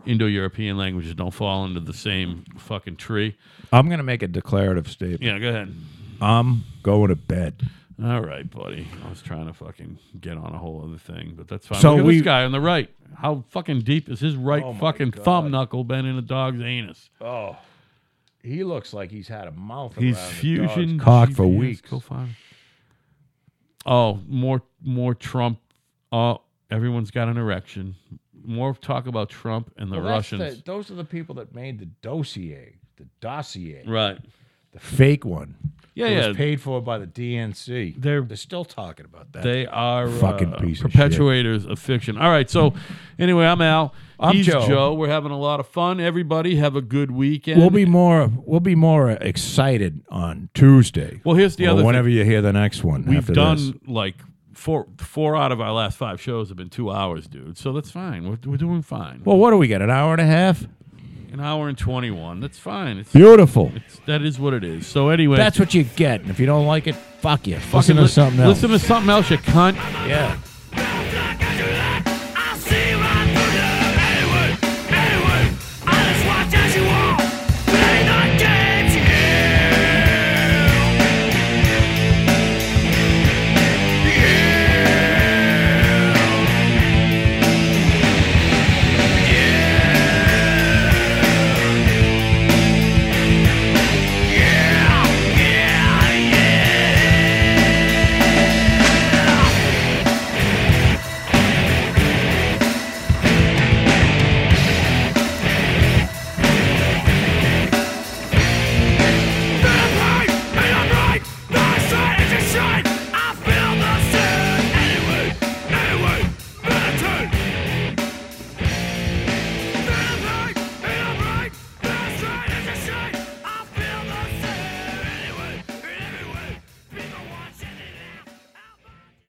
S1: Indo-European languages don't fall into the same fucking tree.
S2: I'm gonna make a declarative statement.
S1: Yeah, go ahead.
S2: I'm going to bed.
S1: All right, buddy. I was trying to fucking get on a whole other thing, but that's fine.
S2: So
S1: Look at
S2: we-
S1: this guy on the right. How fucking deep is his right fucking thumb knuckle been in a dog's anus?
S2: Oh, he looks like he's had a mouth.
S1: He's
S2: around the
S1: fusion
S2: dog's cock for
S1: GPS
S2: weeks.
S1: co-founder. Oh, more more Trump. Oh, everyone's got an erection. More talk about Trump and the
S2: Well, that's the-
S1: Russians.
S2: those are the people that made the dossier, the dossier,
S1: right.
S2: the fake one.
S1: Yeah,
S2: It
S1: yeah.
S2: was paid for by the DNC.
S1: They're-
S2: They're still talking about that.
S1: They are
S2: Fucking
S1: uh,
S2: piece of
S1: perpetuators of, fiction. All right, so anyway, I'm Al.
S2: I'm
S1: He's
S2: Joe.
S1: We're having a lot of fun. Everybody have a good weekend.
S2: we'll be more we'll be more excited on Tuesday.
S1: Well, here's the
S2: Or
S1: other thing.
S2: whenever you hear the next one.
S1: We've
S2: after
S1: done
S2: this.
S1: like four four out of our last five shows have been two hours, dude. So that's fine. We're, we're doing fine.
S2: Well, what do we get? An hour and a half?
S1: An hour and twenty one. That's fine. It's,
S2: Beautiful.
S1: it's that is what it is. So anyway,
S2: That's what you get. And if you don't like it, fuck you.
S1: fucking
S2: Listen to
S1: li-
S2: something else.
S1: Listen to something else, you cunt.
S2: yeah.